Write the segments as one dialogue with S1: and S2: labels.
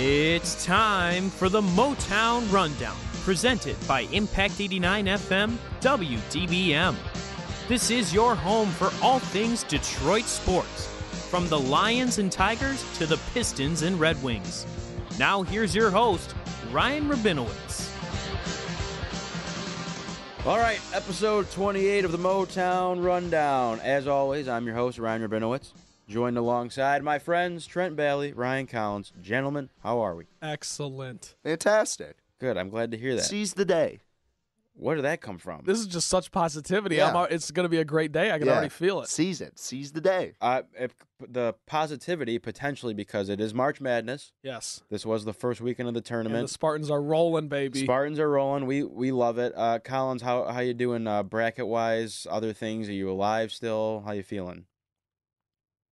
S1: It's time for the Motown Rundown, presented by Impact 89 FM WDBM. This is your home for all things Detroit sports, from the Lions and Tigers to the Pistons and Red Wings. Now, here's your host, Ryan Rabinowitz.
S2: All right, episode 28 of the Motown Rundown. As always, I'm your host, Ryan Rabinowitz, joined alongside my friends Trent Bailey, Ryan Collins. Gentlemen, how are we?
S3: Excellent.
S4: Fantastic.
S2: Good, I'm glad to hear that.
S4: Seize the day.
S2: Where did that come from?
S3: This is just such positivity.
S4: Yeah.
S3: I'm al- it's going to be a great day. I can
S4: Yeah.
S3: already feel it.
S4: Seize it. Seize the day.
S2: Uh, if, the positivity, potentially, because it is March Madness.
S3: Yes.
S2: This was the first weekend of the
S3: And the
S2: tournament.
S3: Spartans are rolling, baby.
S2: Spartans are rolling. We we love it. Uh, Collins, how how you doing uh, bracket wise? Other things? Are you alive still? How you feeling?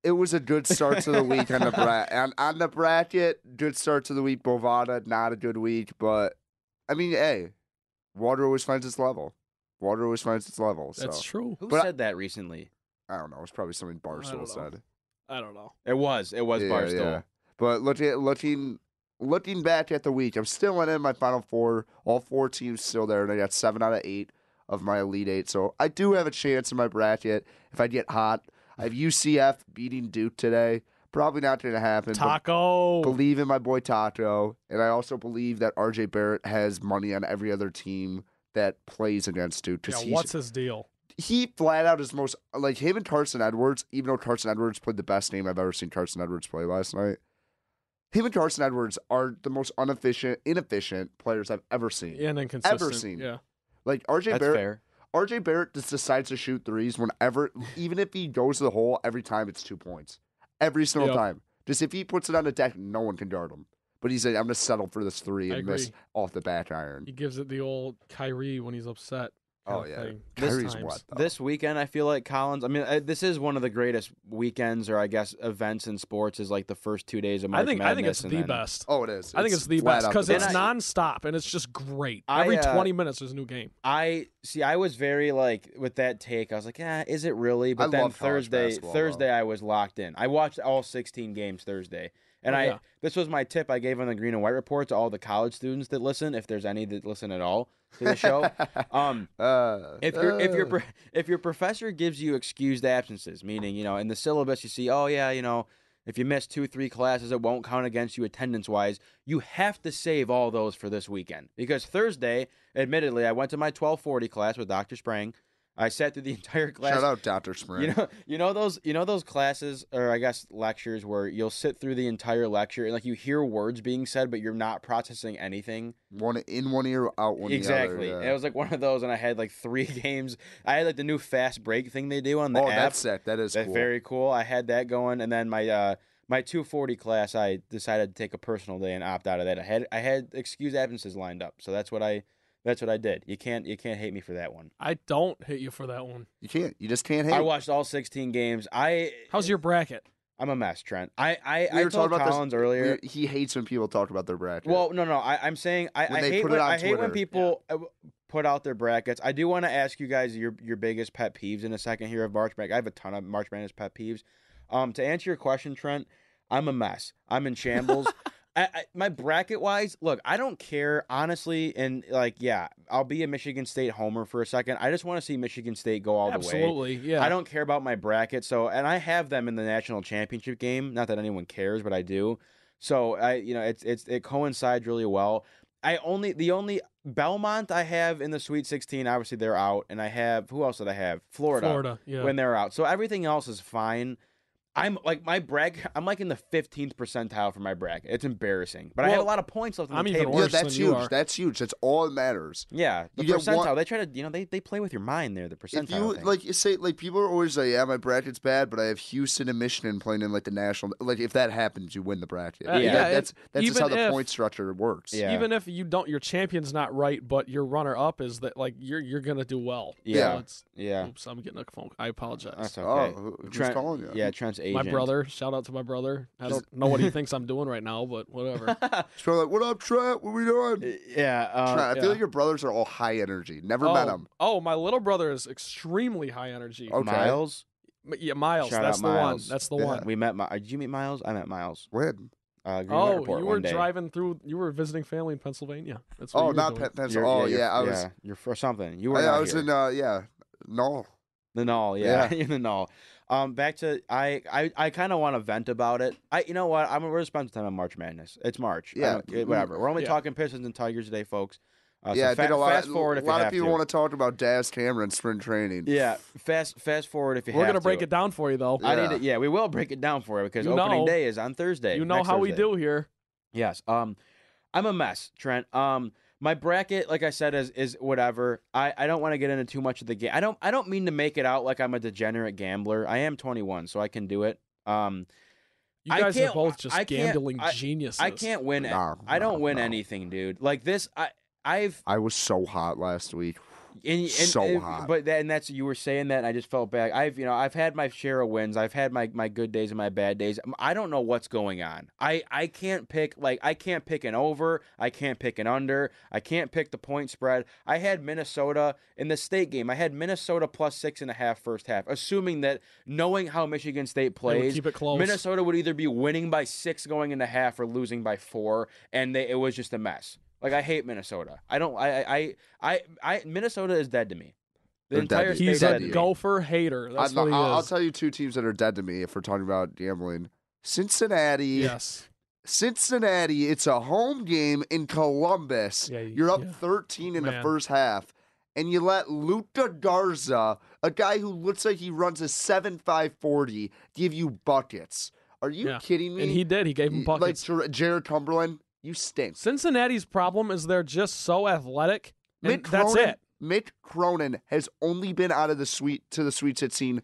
S4: It was a good start to the week on the bracket. And on the bracket, good start to the week. Bovada, not a good week, but I mean, hey, water always finds its level. Water always finds its level. So
S3: That's true.
S2: Who
S4: But I-
S2: said that recently?
S4: I don't know. It's probably something
S3: don't know.
S4: Barstool said.
S3: I don't know.
S2: It was. It was Barstool.
S4: But looking at looking looking back at the week, I'm still in my final four. All four teams still there, and I got seven out of eight of my elite eight. So I do have a chance in my bracket if I get hot. I have UCF beating Duke today. Probably not going to happen. but
S3: Taco.
S4: Believe in my boy Taco, and I also believe that RJ Barrett has money on every other team that plays against Duke
S3: Yeah,
S4: because
S3: what's his deal?
S4: he flat out is most like him and Carson Edwards, even though Carson Edwards played the best name I've ever seen Carson Edwards play last night. Him and Carson Edwards are the most inefficient, inefficient players I've ever seen.
S3: And inconsistent.
S4: seen.
S3: Yeah.
S4: Like RJ
S2: That's
S4: Barrett,
S2: fair.
S4: RJ Barrett just decides to shoot threes whenever, even if he goes to the hole, every time it's two points. Every single
S3: Yep.
S4: time. Just if he puts it on the deck, no one can guard him. But he's like, I'm going to settle for this three
S3: I
S4: and miss
S3: agree.
S4: off the back iron.
S3: He gives it the old Kyrie when he's upset.
S4: Oh,
S3: kinda
S4: yeah.
S3: thing.
S2: This
S4: Kyrie's
S3: times.
S4: what? Though?
S2: This weekend, I feel like Collins. I mean, uh, this is one of the greatest weekends, or I guess events in sports, is like the first two days of March
S3: I think
S2: Madness.
S3: I think it's the
S2: and then-
S3: best.
S4: Oh, it is.
S3: I think it's the
S4: flat
S3: best
S4: out
S3: because
S4: the
S3: it's
S4: best.
S3: nonstop and it's just great.
S2: I,
S3: Every
S2: uh,
S3: 20 minutes, there's a new game.
S2: I see. I was very like with that take. I was like, ah, is it really? But
S4: I
S2: then
S4: love college
S2: Thursday,
S4: basketball, though.
S2: Thursday, I was locked in. I watched all 16 games Thursday, and
S3: Oh,
S2: I
S3: yeah.
S2: this was my tip I gave on the Green and White Report to all the college students that listen, if there's any that listen at all to the show. um,
S4: Uh,
S2: if your if your
S4: uh,
S2: pro- if your professor gives you excused absences, meaning you know in the syllabus you see, oh yeah, you know if you miss two three classes, it won't count against you attendance wise. You have to save all those for this weekend because Thursday, admittedly, I went to my twelve forty class with Doctor Sprang. I sat through the entire class.
S4: Shout out Dr. Sprint.
S2: You know, you know those, you know those classes, or I guess lectures, where you'll sit through the entire lecture and like you hear words being said, but you're not processing anything
S4: one in one ear, out one
S2: exactly.
S4: the other.
S2: It was like one of those, and I had like three games. I had like the new fast break thing they do on the
S4: oh,
S2: app.
S4: that's sick. That is
S2: That's
S4: cool.
S2: very cool. I had that going, and then my uh, my 240 class, I decided to take a personal day and opt out of that. I had I had excuse absences lined up, so that's what I that's what I did. You can't you can't hate me for that one.
S3: I don't hate you for that one.
S4: You can't. You just can't hate.
S2: I watched all 16 games. I
S3: How's your bracket?
S2: I'm a mess, Trent. I I,
S4: We
S2: I
S4: were
S2: told
S4: talking about this-
S2: Collins earlier.
S4: We- he hates when people talk about their bracket.
S2: Well, no, no. I, I'm saying I,
S4: When
S2: I
S4: they
S2: hate
S4: put it
S2: when,
S4: on
S2: I hate when
S4: Twitter.
S2: people uh, w- put out their brackets. I do want to ask you guys your your biggest pet peeves in a second here of March Madness. I have a ton of March Madness pet peeves. Um, to answer your question, Trent, I'm a mess. I'm in shambles. I, I, my bracket wise, look, I don't care honestly, and like, yeah, I'll be a Michigan State homer for a second. I just want to see Michigan State go all the way.
S3: Absolutely. Yeah.
S2: I don't care about my bracket. So, and I have them in the national championship game. Not that anyone cares, but I do. So, I you know, it's it's it coincides really well. I only the only Belmont I have in the Sweet 16. Obviously, they're out, and I have who else did I have? Florida,
S3: Florida. Yeah.
S2: when they're out. So everything else is fine. I'm like my bracket. I'm like in the 15th percentile for my bracket. It's embarrassing, but I have a
S3: Well,
S2: lot of points left on
S3: I'm
S2: the
S3: even
S2: table.
S4: yeah,
S3: worse
S4: that's
S3: than you
S4: huge.
S3: are.
S4: That's huge. That's all that matters.
S2: Yeah, the
S4: You get
S2: percentile.
S4: one-
S2: They try to you know they, they play with your mind there. The percentile.
S4: If you
S2: thing.
S4: like, you say like people are always like, "Yeah, my bracket's bad," but I have Houston and Michigan playing in like the national. Like, if that happens, you win the bracket.
S3: Uh,
S4: Like,
S2: yeah,
S4: that-
S3: it-
S4: that's that's just
S3: even
S4: how the
S3: if-
S4: point structure works.
S2: Yeah.
S3: Even if you don't, your champion's not right, but your runner-up is that like you're you're gonna do well.
S2: Yeah.
S3: So it's,
S2: yeah,
S3: Oops, I'm getting a phone. I apologize.
S2: that's
S4: Oh,
S2: okay.
S4: who- who's
S2: Trent-
S4: calling you?
S2: Yeah, Trent's agent.
S3: my brother. Shout out to my brother. I don't know what he thinks I'm doing right now, but whatever.
S4: It's probably like, "What up, Trent? What we doing?"
S2: yeah.
S4: Trent,
S2: Uh,
S4: I feel
S3: yeah.
S4: like your brothers are all high energy. Never
S3: oh,
S4: met them.
S3: oh, my little brother is extremely high energy.
S4: Okay.
S2: Miles.
S3: M- Yeah, Miles.
S2: Oh. Shout
S3: that's
S2: out
S3: the
S2: Miles.
S3: one. That's the
S4: Yeah.
S3: one.
S2: uh, We met. My, did you meet Miles? I met Miles.
S4: When?
S2: uh, Green Light
S3: Oh,
S2: Report
S3: you
S2: one
S3: were
S2: day.
S3: driving through. You were visiting family in Pennsylvania. That's what
S4: Oh,
S3: you were
S4: not
S3: doing.
S4: Pe- Pennsylvania.
S2: You're-
S4: Oh, yeah,
S2: you're-
S4: I was.
S2: yeah, you're for something. You were.
S4: I,
S2: not
S4: I was
S2: here.
S4: in. Uh, yeah, no.
S2: The null, yeah, in the null. Um, back to I, I, I kind of want to vent about it. I, you know what? I'm we're gonna spend some time on March Madness. It's March. I
S4: Yeah.
S2: don't- it- whatever. We're only
S3: Yeah.
S2: talking Pistons and Tigers today, folks. Uh,
S4: yeah, I
S2: so fa-
S4: did a lot.
S2: fast forward
S4: a
S2: if you
S4: lot of
S2: have
S4: people
S2: to.
S4: want to talk about Daz Cameron spring training.
S2: Yeah, fast, fast forward if you
S3: We're
S2: have
S3: gonna
S2: to.
S3: break it down for you though.
S2: I
S4: Yeah.
S2: need it. Yeah, we will break it down for you because
S3: You
S2: opening
S3: know-
S2: day is on Thursday.
S3: you know
S2: next
S3: how we
S2: Thursday.
S3: do here.
S2: Yes. Um, I'm a mess, Trent. Um, my bracket, like I said, is is whatever. I, I don't want to get into too much of the game. I don't I don't mean to make it out like I'm a degenerate gambler. I am 21, so I can do it. Um,
S3: You
S2: I
S3: guys are
S2: can't-
S3: both just
S2: I can't-
S3: gambling
S2: I-
S3: geniuses.
S2: I can't win.
S4: No,
S2: I don't
S4: no,
S2: win
S4: no.
S2: anything, dude. Like this, I I've
S4: I was so hot last week.
S2: and, and,
S4: So
S2: and-
S4: hot.
S2: But then that's you were saying that, and I just felt bad. I've you know I've had my share of wins. I've had my my good days and my bad days. Um, I don't know what's going on. I I can't pick like I can't pick an over. I can't pick an under. I can't pick the point spread. I had Minnesota in the state game. I had Minnesota plus six and a half first half, assuming that knowing how Michigan State
S3: They would
S2: plays,
S3: keep it close.
S2: Minnesota would either be winning by six going into half or losing by four, and they, it was just a mess. Like I hate Minnesota. I don't. I. I. I. I Minnesota is dead to me. The
S4: They're dead
S2: entire
S4: to you.
S2: state's
S3: He's
S2: dead
S3: a
S2: to me.
S3: gopher hater. That's
S4: I,
S3: what he
S4: I'll, I'll
S3: is.
S4: tell you two teams that are dead to me if we're talking about gambling. Cincinnati.
S3: Yes.
S4: Cincinnati, it's a home game in Columbus.
S3: Yeah, you-
S4: You're up
S3: yeah.
S4: 13 in the
S3: Man.
S4: first half, and you let Luca Garza, a guy who looks like he runs a 7 5 40, give you buckets. Are you
S3: Yeah.
S4: kidding me?
S3: And he did. He gave him
S4: Like
S3: buckets.
S4: Jar- Jared Cumberland, you stink.
S3: Cincinnati's problem is they're just so athletic. And
S4: Mick
S3: that's
S4: Cronin,
S3: it.
S4: Mick Cronin has only been out of the sweet to the Sweet 16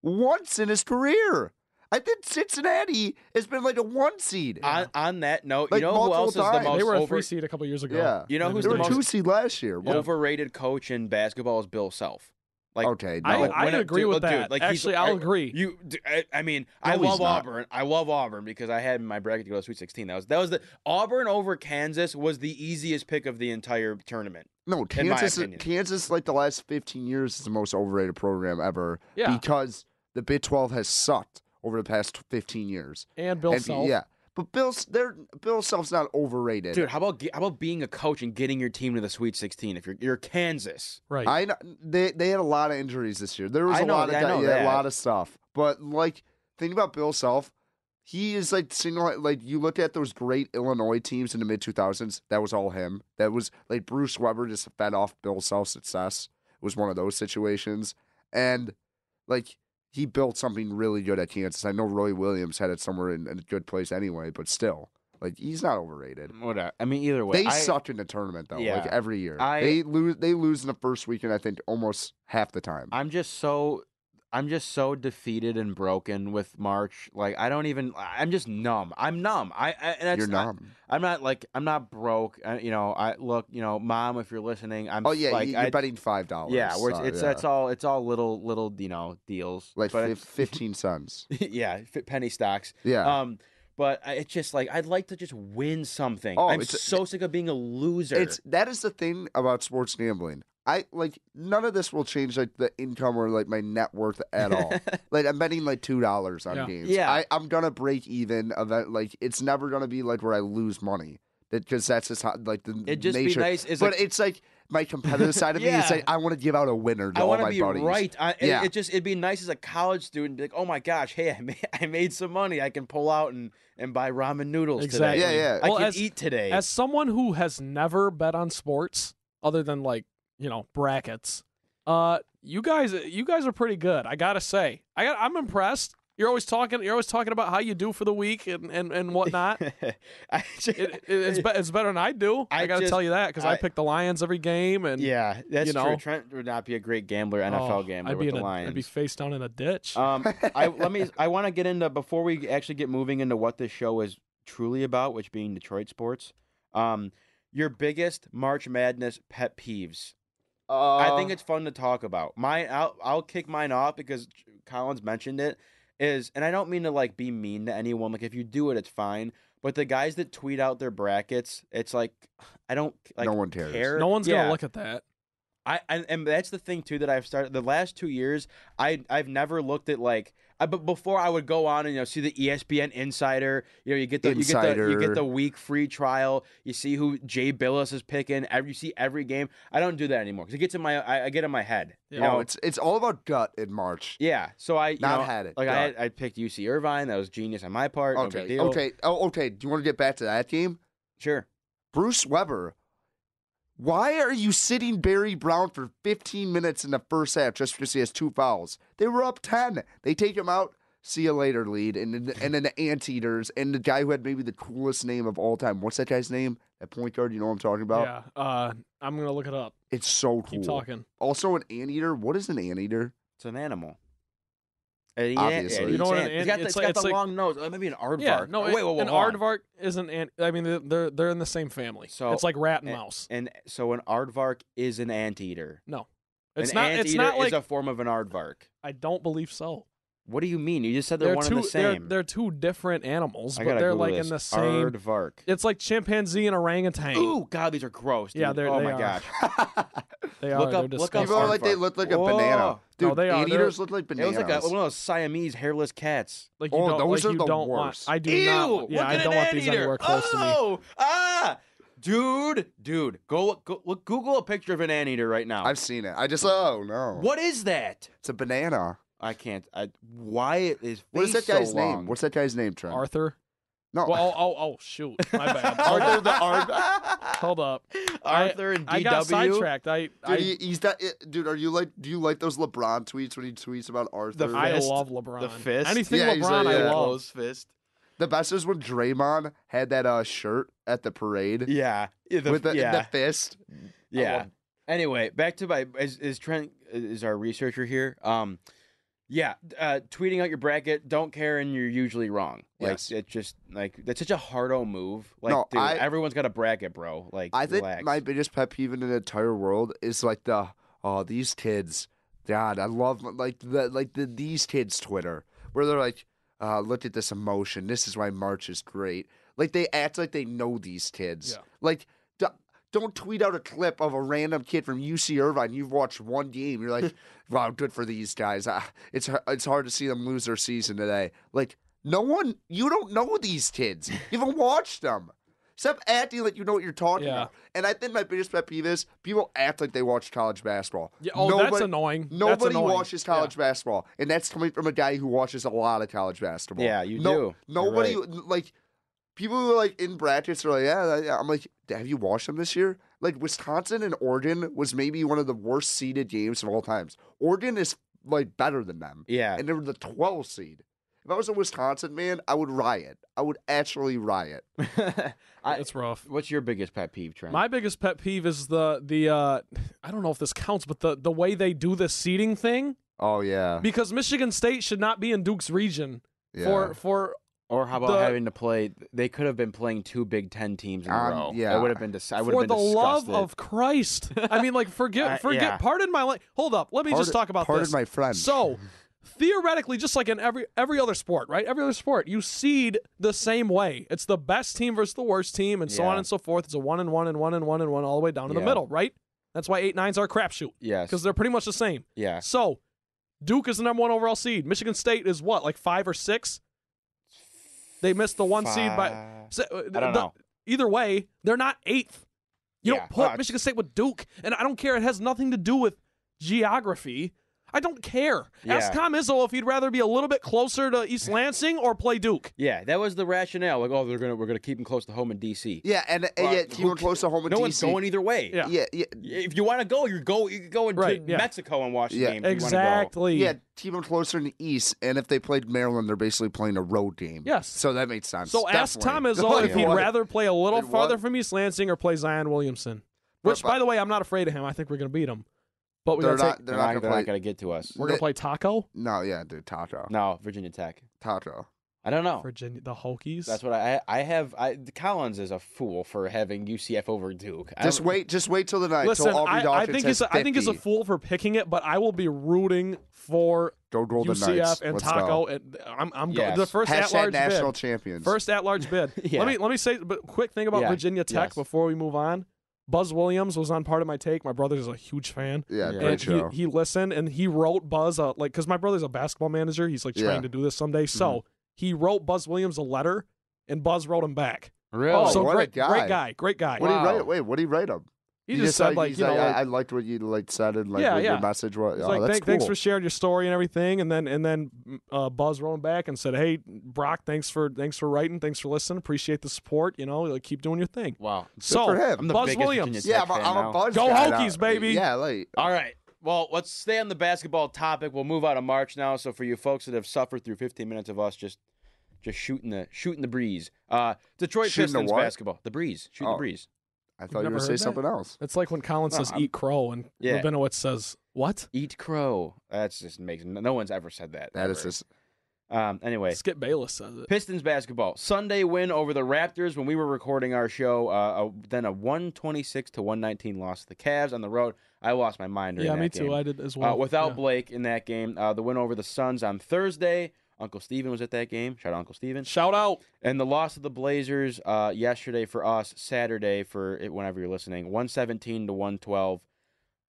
S4: once in his career. I think Cincinnati has been like a one seed.
S2: On, on that note,
S4: Like
S2: you know who
S4: multiple
S2: else is
S4: times.
S2: the most
S3: They were a
S2: over,
S3: three seed a couple years ago.
S4: yeah.
S2: You know
S3: They
S2: who's
S4: They
S2: the
S4: were
S3: missed
S2: most-
S3: it.
S4: two seed last year.
S3: Yeah.
S2: overrated coach in basketball? Is Bill Self? Like
S4: Okay, Oh, no.
S3: I,
S2: Like,
S3: I
S2: when it-
S3: agree
S2: dude,
S3: with
S2: dude,
S3: that.
S2: like, he's-
S3: Actually, I'll
S2: I-
S3: agree.
S2: You, d- I, I mean, I
S4: No, he's
S2: love
S4: not.
S2: Auburn. I love Auburn because I had in my bracket to go to the Sweet 16. That was that was the Auburn over Kansas was the easiest pick of the entire tournament.
S4: No,
S2: in my
S4: Kansas.
S2: opinion.
S4: Kansas, like the last fifteen years, is the most overrated program ever.
S3: Yeah.
S4: because the Big Twelve has sucked over the past fifteen years.
S3: and Bill
S4: And,
S3: Self.
S4: Yeah, but Bill, they're, Bill Self's not overrated.
S2: Dude, how about ge- how about being a coach and getting your team to the Sweet 16 if you're you're Kansas?
S3: Right.
S4: I know, they they had a lot of injuries this year. There was
S2: I
S4: a
S2: know-
S4: lot of
S2: I
S4: guy-
S2: know
S4: yeah, a
S2: that.
S4: lot of stuff. But like, think about Bill Self. He is like single. Like you look at those great Illinois teams in the mid two thousands. That was all him. That was like Bruce Weber just fed off Bill Self's success. It was one of those situations, and like he built something really good at Kansas. I know Roy Williams had it somewhere in, in a good place anyway, but still, like he's not overrated.
S2: Whatever. I mean, either way,
S4: They
S2: I-
S4: suck in the tournament though. Like
S2: Yeah.
S4: every year,
S2: I-
S4: they lose. They lose in the first weekend. I think almost half the time.
S2: I'm just so I'm just so defeated and broken with March. Like I don't even. I'm just numb. I'm numb. I, I and that's
S4: You're
S2: not-
S4: numb.
S2: I'm not like I'm not broke. I, you know, I look. You know, mom, if you're listening, I'm.
S4: oh yeah,
S2: like,
S4: you- you're
S2: I-
S4: betting five dollars.
S2: Yeah, where it's, it's that's all. It's all little little you know deals.
S4: like
S2: but
S4: fif- fifteen cents.
S2: it's- yeah, fi- penny stocks.
S4: Yeah,
S2: Um, but I, it's just like I'd like to just win something.
S4: Oh,
S2: I'm
S4: it's-
S2: so sick of being a loser.
S4: it's that is the thing about sports gambling. I like none of this will change like the income or like my net worth at all. like I'm betting like two dollars on
S3: Yeah.
S4: games.
S2: Yeah.
S4: I, I'm gonna break even. Event like it's never gonna be like where I lose money. Because that's just how like the
S2: It'd just
S4: nature.
S2: be nice. Is
S4: but it's like my competitive side of me is
S2: Yeah.
S4: like I want to give out a winner to
S2: I
S4: all
S2: want
S4: my
S2: to be
S4: buddies.
S2: right. I, it-
S4: Yeah.
S2: it, just it'd be nice as a college student, be like, oh my gosh, hey, I made I made some money. I can pull out and and buy ramen noodles
S3: Exactly.
S2: today.
S4: Yeah, yeah.
S2: I
S3: Well,
S2: can
S3: as-
S2: eat today.
S3: As someone who has never bet on sports other than like, you know, brackets, uh you guys you guys are pretty good. I got to say. I got I'm impressed. You're always talking you're always talking about how you do for the week and and, and whatnot. it,
S2: I just,
S3: it, it's be, it's better than I do. I,
S2: I
S3: got to
S2: just-
S3: tell you that cuz I,
S2: I-
S3: pick the Lions every game and
S2: yeah, that's
S3: you know.
S2: true. Trent would not be a great gambler,
S3: oh,
S2: NFL gambler
S3: I'd be
S2: with
S3: in
S2: the
S3: a,
S2: Lions.
S3: I'd be face down in a ditch.
S2: Um, I let me. I want to get into before we actually get moving into what this show is truly about, which being Detroit sports. Um, your biggest March Madness pet peeves. I think
S4: Uh,
S2: it's fun to talk about. Mine, I'll I'll kick mine off because Collins mentioned it. Is and I don't mean to like be mean to anyone. Like if you do it, it's fine. But the guys that tweet out their brackets, it's like I don't like
S4: no one cares.
S2: care.
S3: no one's going to
S2: Yeah.
S3: look at that.
S2: I, I and that's the thing too that I've started the last two years. I I've never looked at like. I, but before I would go on and you know see the E ESPN Insider, you know you get the you get the you
S4: Insider.
S2: get the week free trial. You see who Jay Billis is picking. Every you see every game. I don't do that anymore because it gets in my I, I get in my head.
S3: Yeah.
S2: You know?
S4: No, Oh, it's it's all about gut in March.
S2: yeah. So I you
S4: Not
S2: know,
S4: had it.
S2: Like I
S4: Got
S2: had, I picked UC Irvine. That was genius on my part. no big
S4: Okay,
S2: deal.
S4: okay, oh, okay. Do you want to get back to that game?
S2: Sure.
S4: Bruce Weber, why are you sitting Barry Brown for 15 minutes in the first half just because he has two fouls? They were up 10. They take him out. See you later, lead. And then, and then the Anteaters and the guy who had maybe the coolest name of all time. What's that guy's name? That point guard, you know what I'm talking about?
S3: yeah. Uh, I'm gonna look it up.
S4: It's so cool.
S3: Keep talking.
S4: Also, an anteater. What is an anteater?
S2: It's an animal. An
S4: Obviously.
S2: you know what an ant- it's got the,
S3: it's
S2: it's
S3: like-
S2: got
S3: it's
S2: the
S3: like-
S2: long nose. Uh, Maybe an aardvark.
S3: Yeah. No.
S2: Oh,
S3: it-
S2: wait, wait, wait,
S3: an
S2: hold on.
S3: aardvark is an ant. I mean, they're- they're they're in the same family.
S2: So-
S3: it's like rat and
S2: a-
S3: mouse.
S2: And eh, so an aardvark is an anteater.
S3: It's
S2: an
S3: not.
S2: anteater
S3: It's not like
S2: is a form of an aardvark.
S3: I don't believe so.
S2: What do you mean? You just said they're, one
S3: two.
S2: and the
S3: They're,
S2: same.
S3: they're two different animals,
S2: I
S3: but
S2: gotta
S3: they're
S2: Google
S3: like
S2: this.
S3: in the same.
S2: Aardvark.
S3: It's like chimpanzee and orangutan.
S2: Ooh, God, these are gross. Dude.
S3: Yeah, they're-
S2: Oh
S3: they
S2: my
S3: are.
S2: gosh.
S3: They
S2: Look
S3: are.
S2: up-
S3: they're
S2: look up
S3: disgusting.
S4: People are like they
S2: aardvark.
S4: look like a
S2: Whoa.
S4: banana. Dude,
S3: No, they are. They're-
S4: anteaters look like
S2: It was
S4: bananas.
S2: like a, one of those Siamese hairless cats.
S3: Like you
S4: Oh,
S3: don't,
S4: those
S3: like
S4: are
S3: you
S4: the
S3: don't
S4: worst.
S3: Want, I do
S2: Ew!
S3: not.
S2: look
S3: Yeah, I
S2: at
S3: don't
S2: an
S3: want these
S2: anteater.
S3: anywhere close to me.
S2: oh, ah, dude, dude, go, go look, Google a picture of an anteater right now.
S4: I've seen it. I just oh no.
S2: What is that?
S4: It's a banana.
S2: I can't. I why it is.
S4: What is that
S2: face
S4: guy's
S2: so
S4: name?
S2: long?
S4: What's that guy's name, Trent?
S3: Arthur.
S4: No.
S3: Well, oh, oh, oh, shoot, my bad. Hold
S4: Arthur
S3: up,
S4: the Arthur.
S3: hold up. I-
S2: Arthur and DW.
S3: I got sidetracked. I,
S4: Dude,
S3: I,
S4: he, he's that it- dude. Are you like? Do you like those LeBron tweets when he tweets about Arthur?
S2: The
S3: I
S2: fist.
S3: love LeBron.
S2: The fist.
S3: Anything
S4: Yeah, he's
S3: LeBron,
S4: like,
S3: I
S4: yeah.
S3: love.
S2: Closed fist.
S4: the best is when Draymond had that uh, shirt at the parade
S2: Yeah. Yeah. The,
S4: with the,
S2: yeah.
S4: the fist.
S2: yeah.
S4: love-
S2: anyway, back to my is, is Trent is our researcher here. Um, yeah. Uh, tweeting out your bracket. Don't care, and you're usually wrong. Like
S4: Yes.
S2: it's just like that's such a hardo move. Like
S4: No,
S2: dude,
S4: I-
S2: everyone's got a bracket, bro. Like
S4: I think
S2: relax.
S4: my biggest pet peeve in the entire world is like the oh these kids. God, I love like the like the these kids Twitter where they're like, uh, look at this emotion. This is why March is great. Like they act like they know these kids.
S3: Yeah.
S4: Like d- don't tweet out a clip of a random kid from UC Irvine. You've watched one game. You're like, wow, good for these guys. Ah, it's har- it's hard to see them lose their season today. Like no one, you don't know these kids. You haven't watched them. Stop acting like you know what you're talking
S3: Yeah.
S4: about. And I think my biggest pet peeve is people act like they watch college basketball.
S3: Yeah, oh, that's annoying. That's
S4: Nobody
S3: annoying.
S4: watches college basketball, and that's coming from a guy who watches a lot of college basketball.
S2: Yeah, you
S4: No-
S2: do. You're
S4: Nobody
S2: right.
S4: like people who are like in brackets are like, yeah, yeah. I'm like, have you watched them this year? Like Wisconsin and Oregon was maybe one of the worst seeded games of all times. Oregon is like better than them,
S2: yeah.
S4: and they were the 12th seed. If I was a Wisconsin man, I would riot. I would actually riot.
S2: I-
S3: It's rough.
S2: what's your biggest pet peeve, Trent?
S3: My biggest pet peeve is the the uh, I don't know if this counts, but the the way they do this seating thing
S4: Oh yeah,
S3: because Michigan State should not be in Duke's region
S4: yeah.
S3: for for
S2: Or how about
S3: The-
S2: having to play? They could have been playing two Big Ten teams in a
S4: Um,
S2: row.
S4: yeah.
S2: I would have been. Dis- I would
S3: for
S2: have been
S3: the love
S2: disgusted.
S3: of Christ. I mean, like forget
S2: Uh,
S3: forget.
S2: yeah.
S3: Pardon my la- hold up. Let me just talk about
S4: pardon
S3: this.
S4: my friend.
S3: So theoretically, just like in every every other sport, right? Every other sport, you seed the same way. It's the best team versus the worst team, and so
S2: Yeah.
S3: on and so forth. It's a one and one and one and one and one all the way down to the
S2: Yeah.
S3: middle, right? That's why eight nines are a crapshoot
S2: yes,
S3: because they're pretty much the same.
S2: yeah,
S3: So Duke is the number one overall seed. Michigan State is what, like five or six? They missed the one seed by.
S2: Five-
S3: So, uh,
S2: I don't
S3: the-
S2: know.
S3: Either way, they're not eighth. You
S2: Yeah.
S3: don't put
S2: Uh,
S3: Michigan State with Duke, and I don't care. It has nothing to do with geography. I don't care. Ask
S2: Yeah.
S3: Tom Izzo if he'd rather be a little bit closer to East Lansing or play Duke.
S2: Yeah, that was the rationale. Like, oh, they're gonna we're gonna keep them close to home in D.C.
S4: Yeah, and, and
S2: Well,
S4: yet keep
S2: who
S4: him close to home in
S2: no
S4: DC.
S2: one's going either way.
S3: Yeah.
S4: yeah, yeah,
S2: If you want to go, you go. You can go into
S3: Right, yeah.
S2: Mexico and watch the
S4: Yeah.
S2: game. if you wanna go.
S3: Exactly.
S4: yeah. Keep him closer in the East, and if they played Maryland, they're basically playing a road game.
S3: Yes.
S4: So that makes sense.
S3: So ask Tom
S4: Definitely.
S3: Izzo if he'd
S4: What?
S3: rather play a little
S4: Wait, what?
S3: farther from East Lansing or play Zion Williamson. Which,
S4: But-
S3: by the way, I'm not afraid of him. I think we're going to beat him. But we
S4: They're
S3: gotta take-
S4: not. They're not
S2: they're
S4: gonna
S2: not
S4: play.
S2: gonna get to us.
S3: we're going to play Taco.
S4: No, yeah, dude. Taco.
S2: No, Virginia Tech.
S4: Taco.
S2: I don't know.
S3: Virginia, the Hokies.
S2: That's what I I have. I Collins is a fool for having UCF over Duke. I
S4: Just
S2: don't-
S4: wait. Just wait till the night.
S3: Listen,
S4: till Aubrey
S3: I, I
S4: Dawkins
S3: think
S4: has
S3: he's a, I think he's a
S4: 50.
S3: fool for picking it, but I will be rooting for
S4: Go Golden
S3: UCF
S4: Knights.
S3: and
S4: Let's
S3: Taco.
S4: go.
S3: And I'm I'm
S2: Yes.
S3: go, the first at
S4: Hashtag
S3: large
S4: national
S3: bid.
S4: champions.
S3: First at large bid.
S2: Yeah.
S3: Let me let me say but quick thing about
S2: Yeah.
S3: Virginia Tech
S2: Yes.
S3: before we move on. Buzz Williams was on part of my take. My brother's a huge fan.
S2: Yeah.
S4: Yeah, great
S3: and he,
S4: show.
S3: he listened and he wrote Buzz a, like because my brother's a basketball manager. He's like trying
S4: Yeah. Mm-hmm.
S3: to do this someday. So he wrote Buzz Williams a letter and Buzz wrote him back.
S2: Really?
S4: Oh,
S3: so
S4: what a
S3: great,
S4: guy.
S3: great guy, great guy.
S4: what did he
S2: Wow.
S4: write? Wait, what did he write him?
S3: He, just, said like
S4: he's uh,
S3: you know,
S4: I,
S3: like,
S4: I liked what you like said and like
S3: Yeah,
S4: what your
S3: yeah.
S4: message was.
S3: He's
S4: Oh,
S3: like,
S4: that's
S3: "Thank- thanks
S4: cool.
S3: for sharing your story and everything, and then and then mm, uh, Buzz rolling back and said, "Hey, Brock, thanks for thanks for writing, thanks for listening, appreciate the support. You know, like, keep doing your thing."
S2: Wow.
S3: so
S4: for him.
S2: I'm the
S3: Buzz
S2: biggest
S3: Williams,
S2: Virginia
S4: yeah,
S2: Tech
S4: but
S2: fan
S4: I'm
S2: now.
S4: a Buzz
S3: Go
S4: guy now.
S3: Hokies, baby.
S4: Yeah, like
S2: All right. Well, let's stay on the basketball topic. We'll move out of March now. So for you folks that have suffered through 15 minutes of us just just shooting the shooting the breeze. Uh, Detroit
S4: Shooting the
S2: Pistons
S4: what?
S2: basketball. The breeze. Shooting
S4: Oh.
S2: the breeze.
S4: I thought you were
S3: never
S4: gonna say
S3: heard that?
S4: something else.
S3: it's like when Colin
S2: No,
S3: says
S2: Oh, I'm-
S3: "eat crow" and
S2: Yeah.
S3: Rabinowitz says "what?"
S2: Eat crow. That's just makes no one's ever said that.
S4: That is
S2: ever.
S4: just
S2: um anyway.
S3: Skip Bayless says it.
S2: Pistons basketball Sunday win over the Raptors when we were recording our show. Uh, a, then a 126 to 119 loss to the Cavs on the road. I lost my mind. during
S3: Yeah,
S2: that
S3: me too.
S2: game.
S3: I did as
S2: Uh,
S3: well.
S2: without
S3: yeah.
S2: Blake in that game, uh, the win over the Suns on Thursday. Uncle Steven was at that game. Shout out Uncle Steven.
S3: shout out.
S2: And the loss of the Blazers uh, yesterday for us, Saturday for it, whenever you're listening, 117 to 112.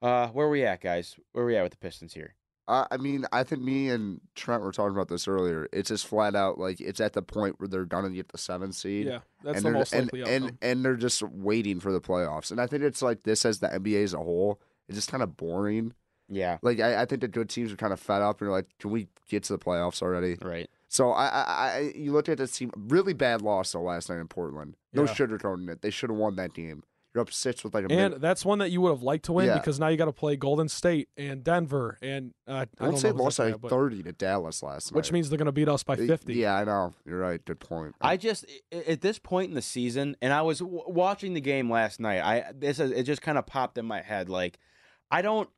S2: Uh, where we at, guys? Where we at with the Pistons here?
S4: uh, I I mean, I think me and Trent were talking about this earlier. It's just flat out like it's at the point where they're done and get the seventh seed.
S3: Yeah, that's
S4: and
S3: the
S4: they're-
S3: most
S4: and,
S3: likely outcome.
S4: and and they're just waiting for the playoffs. And I think it's like this as the NBA as a whole. It's just kind of boring.
S2: Yeah,
S4: Like I, I think the good teams are kind of fed up and are like, can we get to the playoffs already?
S2: right.
S4: So I, I, I you looked at this team, really bad loss though last night in Portland. No
S3: Yeah.
S4: sugarcoating it. They should have won that game. You're up six with like a
S3: And
S4: minute.
S3: that's one that you would have liked to win
S4: Yeah.
S3: because now you got to play Golden State and Denver and uh,
S4: I
S3: I don't
S4: would say
S3: know who's
S4: lost
S3: after
S4: like
S3: that, but-
S4: thirty to Dallas last night.
S3: which means they're going to beat us by
S4: Uh,
S3: fifty.
S4: Yeah, I know. You're right. Good point.
S2: I just i- at this point in the season, and I was w- watching the game last night. I this is, it just kind of popped in my head. Like, I don't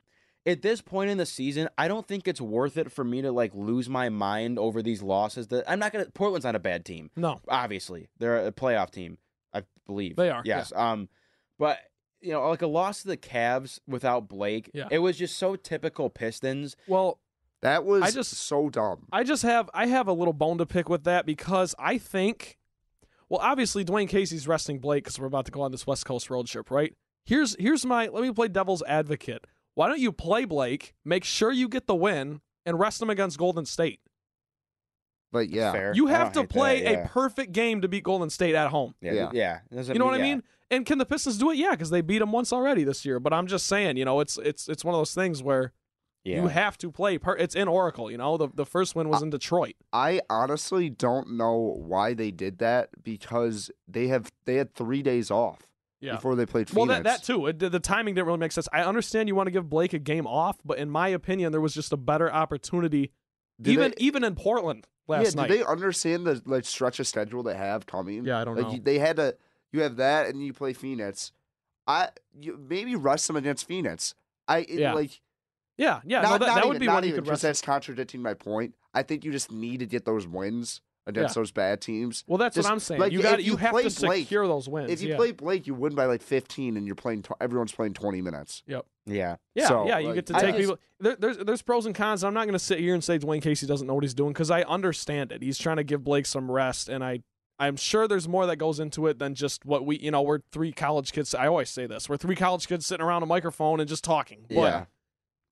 S2: at this point in the season, I don't think it's worth it for me to like lose my mind over these losses. That I'm not gonna. Portland's not a bad team,
S3: No,
S2: obviously. They're a playoff team, I believe.
S3: They are, yeah.
S2: Yes. Um, but you know, like a loss to the Cavs without Blake,
S3: Yeah.
S2: it was just so typical Pistons.
S3: well,
S4: that was
S3: I just-
S4: so dumb.
S3: I just have I have a little bone to pick with that because I think, well, obviously Dwayne Casey's resting Blake because we're about to go on this West Coast road trip, right? Here's here's my let me play devil's advocate. Why don't you play Blake? Make sure you get the win and rest him against Golden State.
S4: But yeah,
S2: Fair.
S3: You
S2: I
S3: have to
S2: don't hate
S3: play
S2: that,
S3: a perfect game to beat Golden State at home.
S2: yeah.
S4: Yeah.
S2: Yeah. yeah. It doesn't
S3: You know what I
S2: yeah.
S3: mean? And can the Pistons do it? Yeah, because they beat them once already this year. But I'm just saying, you know, it's it's it's one of those things where
S2: Yeah. Uh,
S3: you have to play. Per- it's in Oracle, you know. The the first win was in Detroit.
S4: I honestly don't know why they did that because they have they had three days off
S3: Yeah.
S4: before they played Phoenix.
S3: Well, that, that too. It, the timing didn't really make sense. I understand you want to give Blake a game off, but in my opinion, there was just a better opportunity,
S4: Do
S3: even
S4: they-
S3: even in Portland last
S4: yeah,
S3: night.
S4: do they understand the like stretch of schedule they have coming?
S3: Yeah, I don't
S4: like,
S3: know.
S4: you- They had to. You have that, and you play Phoenix. I you, maybe rest them against Phoenix. I it,
S3: Yeah.
S4: like
S3: yeah, yeah.
S4: not,
S3: no, that,
S4: not
S3: that
S4: even,
S3: would be
S4: not
S3: one you
S4: even,
S3: could
S4: 'cause
S3: rest.
S4: That's contradicting my point. I think you just need to get those wins against those bad teams.
S3: well, that's
S4: just,
S3: what I'm saying.
S4: like,
S3: you got
S4: if
S3: you
S4: you
S3: have
S4: play
S3: to
S4: Blake-
S3: secure those wins.
S4: If you
S3: yeah.
S4: play Blake, you win by like 15, and you're playing. Tw- everyone's playing 20 minutes.
S2: Yeah.
S3: yeah,
S4: so,
S3: yeah, you
S4: like,
S3: get to
S4: I
S3: take
S4: just-
S3: people. There, there's there's pros and cons. I'm not going to sit here and say Dwayne Casey doesn't know what he's doing because I understand it. He's trying to give Blake some rest, and I. I'm sure there's more that goes into it than just what we, you know, we're three college kids. I always say this: we're three college kids sitting around a microphone and just talking. But
S4: yeah,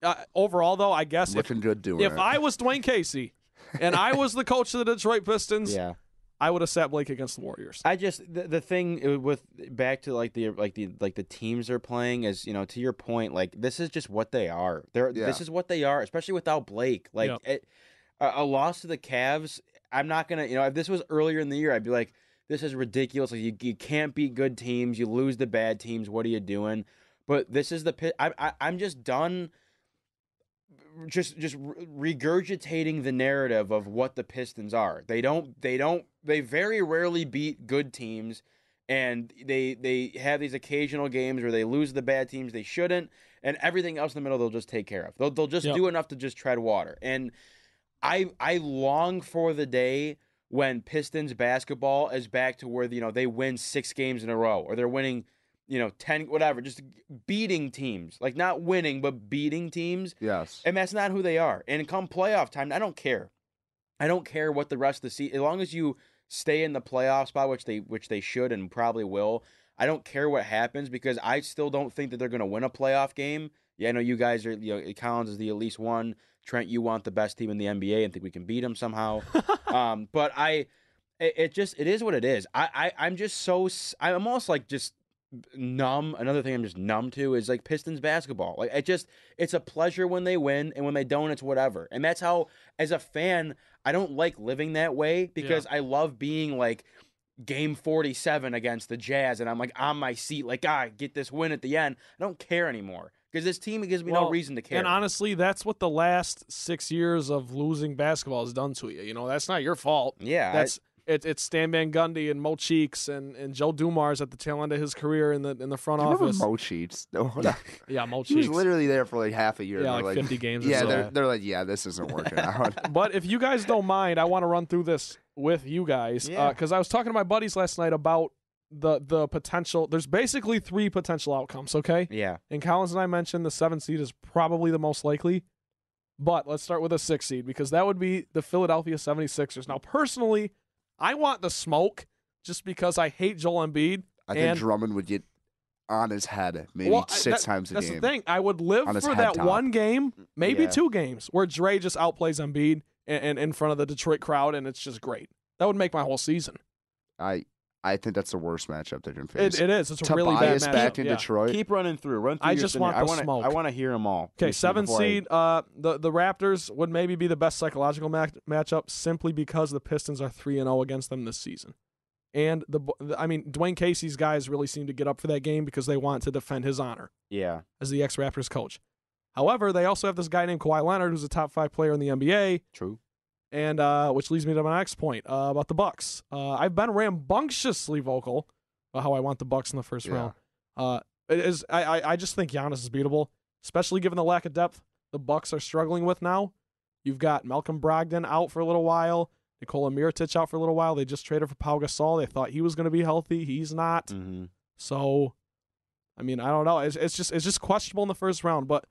S3: uh, overall, though, I guess if,
S4: looking good doing
S3: if
S4: it.
S3: I was Dwayne Casey and I was the coach of the Detroit Pistons,
S2: Yeah.
S3: I would have sat Blake against the Warriors.
S2: I just the, the thing uh, with back to like the like the like the teams they're playing is you know to your point like this is just what they are. They're
S4: Yeah.
S2: this is what they are, especially without Blake. Like
S3: Yep.
S2: it, a, a loss to the Cavs, I'm not gonna you know if this was earlier in the year, I'd be like, this is ridiculous. Like you, you can't beat good teams, you lose the bad teams. What are you doing? But this is the pit. I, I I'm just done. Just just re- regurgitating the narrative of what the Pistons are. They don't they don't they very rarely beat good teams and they they have these occasional games where they lose the bad teams they shouldn't and everything else in the middle they'll just take care of they'll, they'll just
S3: Yep.
S2: do enough to just tread water and i i long for the day when pistons basketball is back to where you know they win six games in a row or they're winning you know 10 whatever just beating teams like not winning but beating teams
S4: yes,
S2: and that's not who they are. And come playoff time, I don't care. I don't care what the rest of the season, as long as you stay in the playoff spot, which they which they should and probably will. I don't care what happens because I still don't think that they're going to win a playoff game. Yeah, I know you guys are. You know, Collins is the at least one. Trent, you want the best team in the NBA and think we can beat them somehow. um, but I, it, it just it is what it is. I, I I'm just so s- I'm almost like just numb. Another thing I'm just numb to is like Pistons basketball. Like it just it's a pleasure when they win, and when they don't, it's whatever. And that's how as a fan I don't like living that way because I love being like game 47 against the Jazz and I'm like on my seat like ah get this win at the end. I don't care anymore because this team gives me no
S3: Well,
S2: reason to care.
S3: And honestly, that's what the last six years of losing basketball has done to you. You know, that's not your fault.
S2: yeah, I-
S3: That's it, it's Stan Van Gundy and Mo Cheeks and, and Joe Dumars at the tail end of his career in the in the front
S4: Do you remember
S3: office.
S4: Mo Cheeks? No,
S3: yeah, Mo
S4: he was
S3: Cheeks.
S4: literally there for like half a year.
S3: Yeah,
S4: and
S3: like,
S4: they're
S3: 50 games or
S4: Yeah,
S3: so.
S4: they're, they're like, yeah, this isn't working out.
S3: but if you guys don't mind, I want to run through this with you guys
S2: Yeah.
S3: because I was talking to my buddies last night about the the potential. There's basically three potential outcomes. Okay,
S2: yeah.
S3: and Collins and I mentioned the seven seed is probably the most likely. But let's start with a six seed because that would be the Philadelphia 76ers. Now, personally, I want the smoke just because I hate Joel Embiid.
S4: I think
S3: And-
S4: Drummond would get on his head maybe
S3: Well, I-
S4: six
S3: that-
S4: times a
S3: That's
S4: game.
S3: the thing. I would live
S4: On his
S3: for
S4: head
S3: that
S4: top. Mm,
S3: one game, maybe
S2: Yeah.
S3: two games, where Dre just outplays Embiid and, and in front of the Detroit crowd, and it's just great. That would make my whole season.
S4: I I think that's the worst matchup they can face.
S3: It, it is. It's a really bad
S4: Tobias
S3: matchup.
S4: back in
S3: yeah.
S4: Detroit.
S2: Keep running through. Run through.
S3: I
S2: your
S3: just
S2: scenar-
S3: want
S2: I
S3: the
S2: wanna,
S3: smoke.
S2: I want to hear them all.
S3: Okay,
S2: Just
S3: seven
S2: before I-
S3: seed. Uh, the the Raptors would maybe be the best psychological match matchup simply because the Pistons are three and zero against them this season, and the, Bo- the I mean Dwayne Casey's guys really seem to get up for that game because they want to defend his honor
S2: yeah.
S3: as the ex Raptors coach. However, they also have this guy named Kawhi Leonard who's a top five player in the NBA,
S2: True.
S3: and uh, which leads me to my next point uh, about the Bucks. Uh, I've been rambunctiously vocal about how I want the Bucks in the first
S4: Yeah.
S3: round. Uh, it is I, I I just think Giannis is beatable, especially given the lack of depth the Bucks are struggling with now. You've got Malcolm Brogdon out for a little while, Nikola Mirotic out for a little while. They just traded for Pau Gasol. They thought he was going to be healthy. He's not.
S2: Mhm.
S3: So, I mean, I don't know. It's, it's just it's just questionable in the first round. But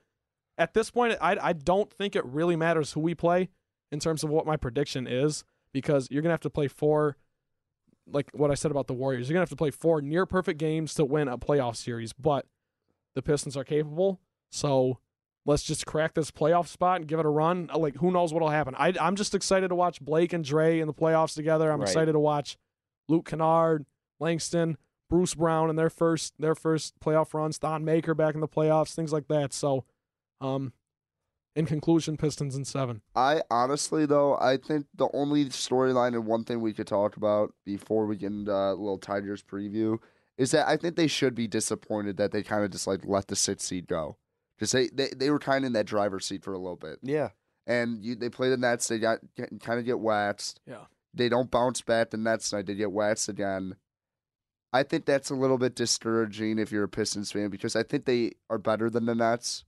S3: at this point, I I don't think it really matters who we play in terms of what my prediction is because you're gonna have to play four, like what I said about the Warriors. You're gonna have to play four near perfect games to win a playoff series. But the Pistons are capable, so. Let's just crack this playoff spot and give it a run. Uh, Like, who knows what'll happen? I, I'm just excited to watch Blake and Dre in the playoffs together. I'm
S2: Right.
S3: excited to watch Luke Kennard, Langston, Bruce Brown in their first their first playoff runs, Don Maker back in the playoffs, things like that. So, um, in conclusion, Pistons in seven.
S4: I honestly though, I think the only storyline and one thing we could talk about before we get into a little Tigers preview is that I think they should be disappointed that they kind of just like let the sixth seed go. Because they, they, they were kind of in that driver's seat for a little bit.
S2: Yeah.
S4: And you, they play the Nets, they got kind of get waxed.
S3: Yeah.
S4: They don't bounce back the Nets night, they get waxed again. I think that's a little bit discouraging if you're a Pistons fan because I think they are better than the Nets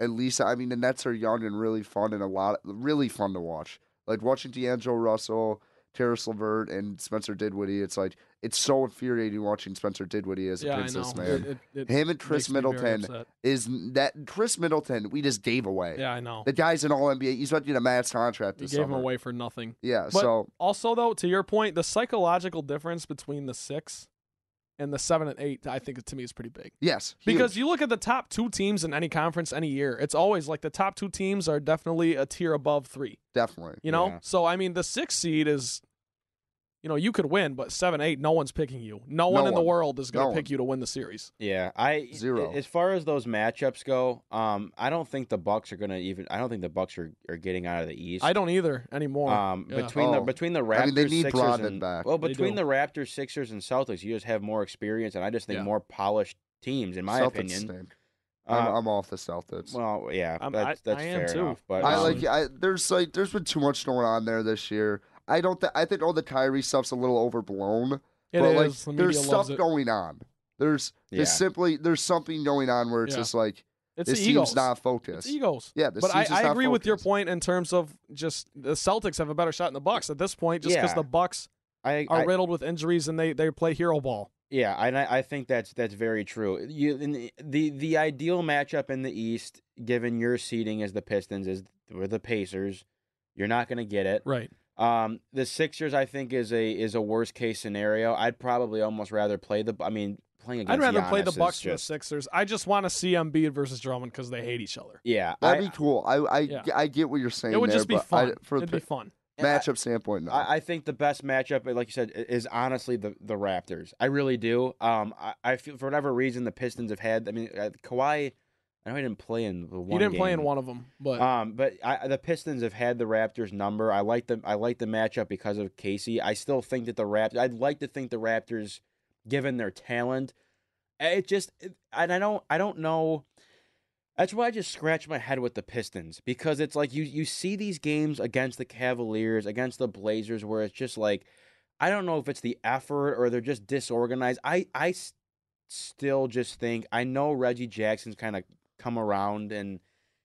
S4: at least I mean the Nets are young and really fun and a lot really fun to watch. Like watching D'Angelo Russell, Terrence Levert, and Spencer Didwitty. It's like it's so infuriating watching Spencer Didwitty as a
S3: yeah,
S4: princess
S3: I know.
S4: man.
S3: It- it- it
S4: Him and Chris
S3: makes me very
S4: Middleton
S3: upset.
S4: is that Chris Middleton we just gave away.
S3: Yeah, I know.
S4: The guy's an All NBA. He's about to get a max contract.
S3: You
S4: This
S3: gave him
S4: summer.
S3: away for nothing.
S4: Yeah.
S3: But-
S4: so
S3: Also, though, to your point, the psychological difference between the six and the seven and eight, I think to me is pretty big.
S4: yes, huge.
S3: Because you look at the top two teams in any conference any year, it's always like the top two teams are definitely a tier above three.
S4: definitely.
S3: You know?
S2: Yeah.
S3: So I mean the six seed is you know, you could win, but seven, eight, no one's picking you. No one
S4: No
S3: in the
S4: one.
S3: world is gonna
S4: No
S3: pick
S4: one.
S3: you to win the series.
S2: Yeah. I
S4: Zero.
S2: As far as those matchups go, um, I don't think the Bucks are gonna even. I don't think the Bucks are, are getting out of the East.
S3: I don't either anymore.
S2: Um,
S3: Yeah.
S2: between the
S4: Oh.
S2: between the Raptors,
S4: I mean, they need
S2: Sixers,
S4: Brogdon
S2: and,
S4: back.
S2: Well,
S3: They
S2: between
S3: do.
S2: the Raptors, Sixers, and Celtics, you just have more experience, and I just think
S3: Yeah.
S2: more polished teams, in my
S4: Celtics
S2: opinion.
S4: stink. I'm,
S2: Uh,
S4: I'm off the Celtics.
S2: well, yeah,
S3: I'm-
S2: that's,
S3: I-
S2: that's
S3: I am
S2: fair
S3: too.
S2: enough. But
S4: I
S2: um,
S4: like. I there's like there's been too much going on there this year. I don't. Th- I think all the Kyrie stuff's a little overblown.
S3: It
S4: but
S3: is. the
S4: like,
S3: media
S4: there's
S3: loves
S4: stuff
S3: it.
S4: going on. There's
S2: Yeah.
S4: just simply there's something going on where it's
S3: Yeah.
S4: just like
S3: It's
S4: this
S3: the
S4: team's
S3: egos.
S4: not
S3: It's
S4: focused.
S3: egos.
S4: Yeah, this
S3: But I,
S4: team's just
S3: I
S4: not
S3: agree with your
S4: focused.
S3: point in terms of just the Celtics have a better shot in the Bucks at this point, just because
S2: Yeah.
S3: the Bucks
S2: I,
S3: are
S2: I-
S3: riddled with injuries and they, they play hero ball.
S2: yeah, and I, I think that's that's very true. You in the, the the ideal matchup in the East, given your seeding as the Pistons, is with the Pacers. You're not going to get it.
S3: Right.
S2: Um, the Sixers, I think, is a is a worst case scenario. I'd probably almost rather play the. I mean, playing against.
S3: I'd rather play
S2: Giannis
S3: the
S2: is
S3: Bucks and the
S2: just-
S3: Sixers. I just want to see Embiid versus Drummond because they hate each other.
S2: Yeah, I,
S4: That'd be cool. I I,
S3: Yeah.
S4: I get what you're saying.
S3: It would
S4: there,
S3: just be
S4: but I-
S3: fun.
S4: for the
S3: It'd be
S4: p-
S3: fun.
S4: matchup standpoint. No.
S2: I, I think the best matchup, like you said, i- is honestly the, the Raptors. I really do. Um, I, I feel for whatever reason the Pistons have had. I mean, uh, Kawhi. I know he didn't play in the one.
S3: You didn't play in
S2: game.
S3: one of them, but
S4: Uh,
S2: Um, but I, the Pistons have had the Raptors number. I like the I like the matchup because of Casey. I still think that the Raptors. I'd like to think the Raptors, given their talent, it just it- and I don't I don't know. That's why I just scratch my head with the Pistons because it's like you you see these games against the Cavaliers, against the Blazers, where it's just like I don't know if it's the effort or they're just disorganized. I I s- still just think I know Reggie Jackson's kind of come around and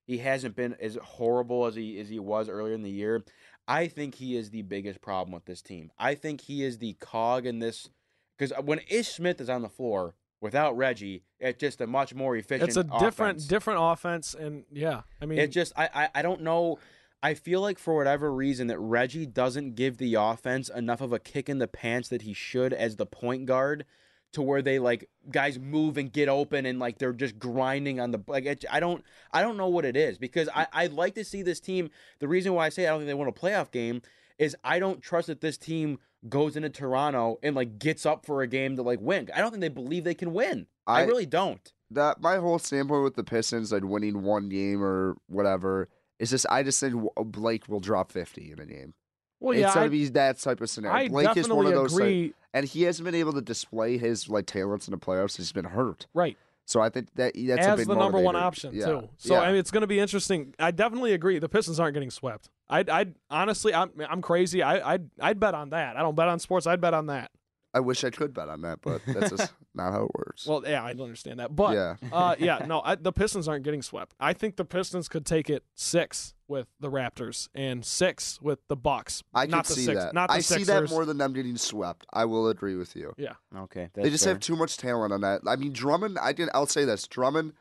S2: he hasn't been as horrible as he as he was earlier in the year. I think he is the biggest problem with this team. I think he is the cog in this because when Ish Smith is on the floor without Reggie, it's just a much more efficient.
S3: it's a different
S2: offense.
S3: different offense, and yeah, I mean,
S2: It just I, I I don't know. I feel like for whatever reason that Reggie doesn't give the offense enough of a kick in the pants that he should as the point guard to where they like guys move and get open and like they're just grinding on the like it, I don't I don't know what it is because I I'd like to see this team the reason why I say I don't think they won a playoff game is I don't trust that this team goes into Toronto and like gets up for a game to like win. I don't think they believe they can win. I
S4: I-
S2: really don't.
S4: that my whole standpoint with the Pistons, like winning one game or whatever, is just I just think w- uh, Blake will drop fifty in a game.
S3: well, yeah,
S4: it's gonna
S3: I,
S4: be that type of scenario.
S3: I
S4: Blake is one
S3: definitely
S4: of those, type-
S3: agree.
S4: and he hasn't been able to display his like talents in the playoffs. He's been hurt,
S3: Right.
S4: so I think that that's a
S3: as
S4: big
S3: the number one
S4: motivator.
S3: option
S4: Yeah.
S3: too. So
S4: Yeah.
S3: I mean, it's going to be interesting. I definitely agree. The Pistons aren't getting swept. I I honestly, I'm I'm crazy. I I I'd bet on that. I don't bet on sports. I'd bet on that.
S4: I wish I could bet on that, but that's just not how it works.
S3: Well, yeah, I don't understand that, but
S4: yeah,
S3: uh, yeah, no, I, the Pistons aren't getting swept. I think the Pistons could take it six with the Raptors and six with the Bucks.
S4: I
S3: not
S4: can
S3: the
S4: see
S3: six,
S4: that.
S3: Not the
S4: I
S3: Sixers.
S4: see that more than them getting swept. I will agree with you.
S2: Okay.
S4: they just have too much talent on that. I mean, Drummond. I did. I'll say this, Drummond.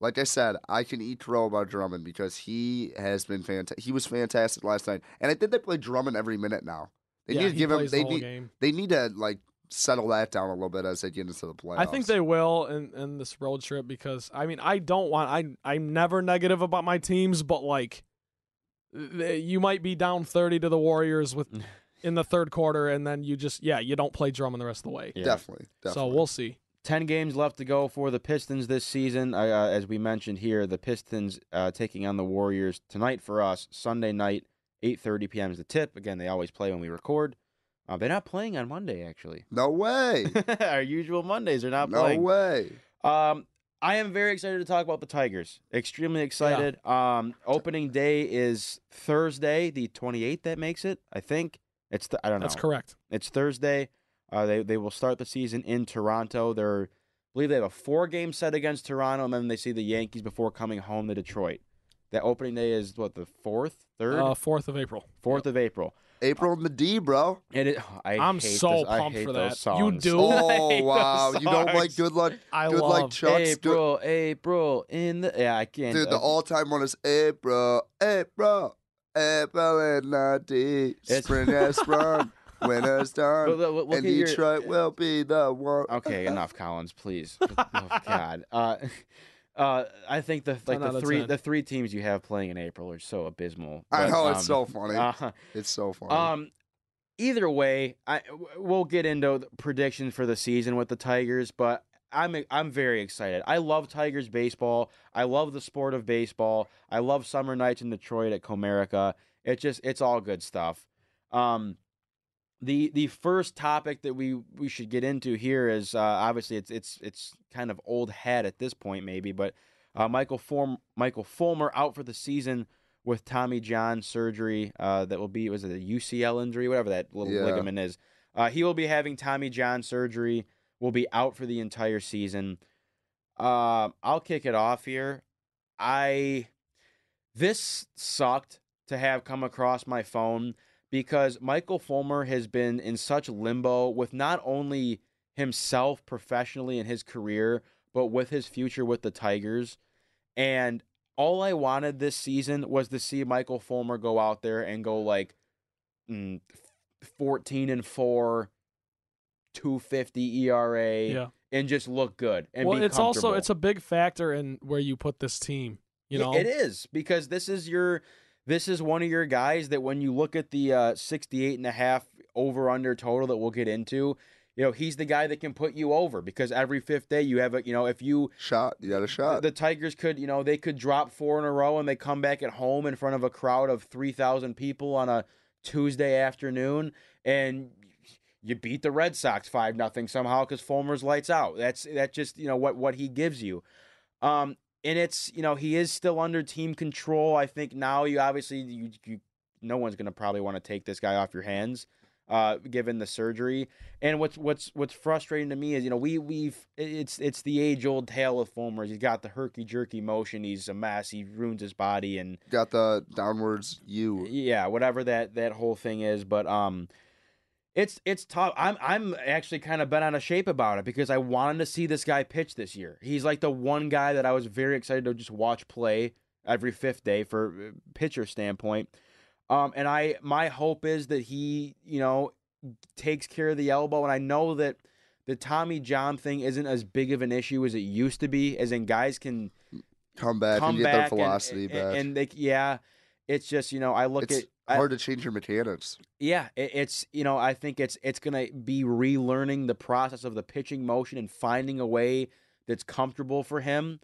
S4: Like I said, I can eat crow about Drummond because he has been fantastic. He was fantastic last night, and I think they play Drummond every minute now. They
S3: yeah,
S4: need to
S3: he
S4: give him.
S3: plays
S4: They
S3: the whole
S4: need.
S3: game.
S4: They need to like settle that down a little bit as they get into the playoffs.
S3: I think they will in, in this road trip because I mean I don't want I I'm never negative about my teams but like th- you might be down 30 to the Warriors with in the third quarter and then you just yeah you don't play Drummond the rest of the way.
S4: definitely.
S3: So
S4: definitely.
S3: we'll see.
S2: 10 games left to go for the Pistons this season. Uh, uh, as we mentioned here, the Pistons uh, taking on the Warriors tonight for us, Sunday night, 8.30 p.m. is the tip. Again, they always play when we record. Uh, they're not playing on Monday, actually.
S4: No way.
S2: Our usual Mondays are not
S4: no
S2: playing.
S4: way.
S2: Um, I am very excited to talk about the Tigers. Extremely excited. Um, opening day is Thursday, the 28th that makes it, I think. It's th- I don't know.
S3: That's correct.
S2: It's Thursday. Uh, they they will start the season in Toronto. They're I believe they have a four game set against Toronto, and then they see the Yankees before coming home to Detroit. That opening day is what the fourth, third,
S3: Uh, 4th of April.
S2: fourth of April.
S4: April Madi, bro.
S2: It is. I
S3: I'm
S2: hate
S3: so
S2: those- I
S3: pumped
S2: hate
S3: for
S2: those
S3: that. You
S2: songs.
S3: do?
S2: I
S4: Oh
S2: hate
S4: wow.
S2: those
S4: You don't like
S2: songs.
S4: good luck.
S3: I
S4: Good
S3: love
S4: luck, Chucks. Good-
S2: April, April in the yeah. I can't.
S4: Dude, the
S2: uh,
S4: all-time one is April, April, April and Nadi.
S2: It's-
S4: Spring has sprung, winter's
S2: but
S4: done,
S2: look- look
S4: and
S2: at your-
S4: Detroit will be the one.
S2: Okay, enough, Collins, please. oh, God. Uh, uh, I think the like
S3: out
S2: the
S3: of
S2: three
S3: 10.
S2: the three teams you have playing in April are so abysmal.
S4: I
S2: But,
S4: know it's so
S2: um,
S4: funny.
S2: uh,
S4: it's so funny.
S2: Um, either way, I w- we'll get into the predictions for the season with the Tigers, but I'm e, I'm very excited. I love Tigers baseball. I love the sport of baseball. I love summer nights in Detroit at Comerica. It just it's all good stuff. Um, the the first topic that we we should get into here is uh, obviously it's it's it's kind of old hat at this point maybe, but uh, Michael Form Michael Fulmer out for the season with Tommy John surgery uh, that will be was it a UCL injury whatever that little
S4: Yeah.
S2: ligament is. Uh, he will be having Tommy John surgery. Will be out for the entire season. Um, I'll kick it off here. I this sucked to have come across my phone because Michael Fulmer has been in such limbo with not only himself professionally in his career, but with his future with the Tigers. And all I wanted this season was to see Michael Fulmer go out there and go like mm, 14 and 4, 250 ERA,
S3: Yeah.
S2: and just look good and
S3: well,
S2: be
S3: it's also
S2: comfortable.
S3: it's a big factor in where you put this team. You
S2: Yeah,
S3: know,
S2: it is because this is your this is one of your guys that when you look at the uh 68 and a half over under total that we'll get into you know he's the guy that can put you over because every fifth day you have a you know if you
S4: Shot. You got a shot.
S2: the Tigers could, you know, they could drop four in a row and they come back at home in front of a crowd of 3,000 people on a Tuesday afternoon and you beat the Red Sox 5 nothing somehow cuz Fulmer's lights out. That's that just, you know, what what he gives you. Um and it's, you know, he is still under team control. I think now you obviously you, you no one's going to probably want to take this guy off your hands uh, given the surgery. And what's what's what's frustrating to me is you know we we've it's it's the age old tale of Fulmer. He's got the herky jerky motion. He's a mess. He ruins his body and
S4: got the downwards U.
S2: yeah, whatever that that whole thing is. But um, it's it's tough. I'm I'm actually kind of bent out of shape about it because I wanted to see this guy pitch this year. He's like the one guy that I was very excited to just watch play every fifth day for uh, pitcher standpoint. Um, and I my hope is that he you know takes care of the elbow, and I know that. The Tommy John thing isn't as big of an issue as it used to be, as in guys can
S4: Come back
S2: come
S4: and get
S2: back
S4: their
S2: and-
S4: velocity
S2: and,
S4: back.
S2: and they yeah, it's just you know I look
S4: it's
S2: at I-
S4: hard to change your mechanics.
S2: yeah, it, it's you know I think it's it's gonna be relearning the process of the pitching motion and finding a way that's comfortable for him.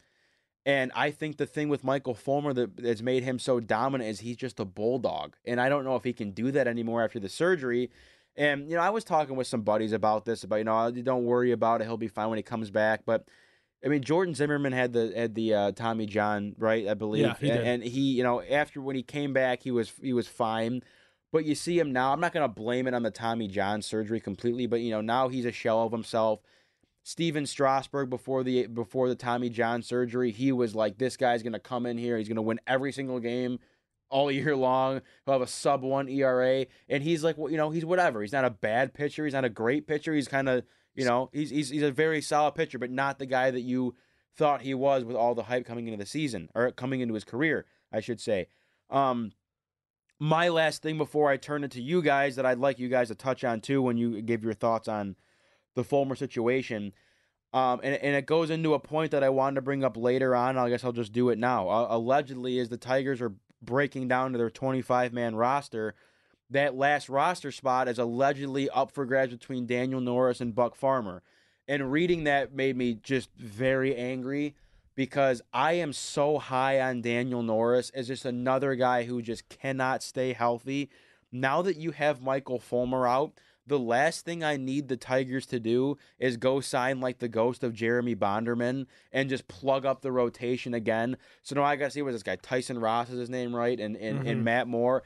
S2: And I think the thing with Michael Fulmer that that's made him so dominant is he's just a bulldog, and I don't know if he can do that anymore after the surgery. And you know I was talking with some buddies about this about you know "Oh, don't worry about it, he'll be fine when he comes back, but. I mean, Jordan Zimmerman had the had the uh, Tommy John, right? I believe,
S3: Yeah, he did.
S2: and he, you know, after when he came back, he was he was fine. But you see him now. I'm not going to blame it on the Tommy John surgery completely, but you know now he's a shell of himself. Steven Strasburg before the before the Tommy John surgery, he was like, this guy's going to come in here. He's going to win every single game all year long. He'll have a sub one ERA, and he's like, well, you know, he's whatever. He's not a bad pitcher. He's not a great pitcher. He's kind of you know, he's, he's he's a very solid pitcher, but not the guy that you thought he was with all the hype coming into the season or coming into his career, I should say. Um, my last thing before I turn it to you guys that I'd like you guys to touch on too when you give your thoughts on the Fulmer situation. Um, and, and it goes into a point that I wanted to bring up later on. I guess I'll just do it now. Uh, allegedly, is the Tigers are breaking down to their 25 man roster. That last roster spot is allegedly up for grabs between Daniel Norris and Buck Farmer. And reading that made me just very angry because I am so high on Daniel Norris as just another guy who just cannot stay healthy. Now that you have Michael Fulmer out, the last thing I need the Tigers to do is go sign like the ghost of Jeremy Bonderman and just plug up the rotation again. So now I got to see what this guy Tyson Ross is his name, right? And and,
S3: Mhm.
S2: and Matt Moore.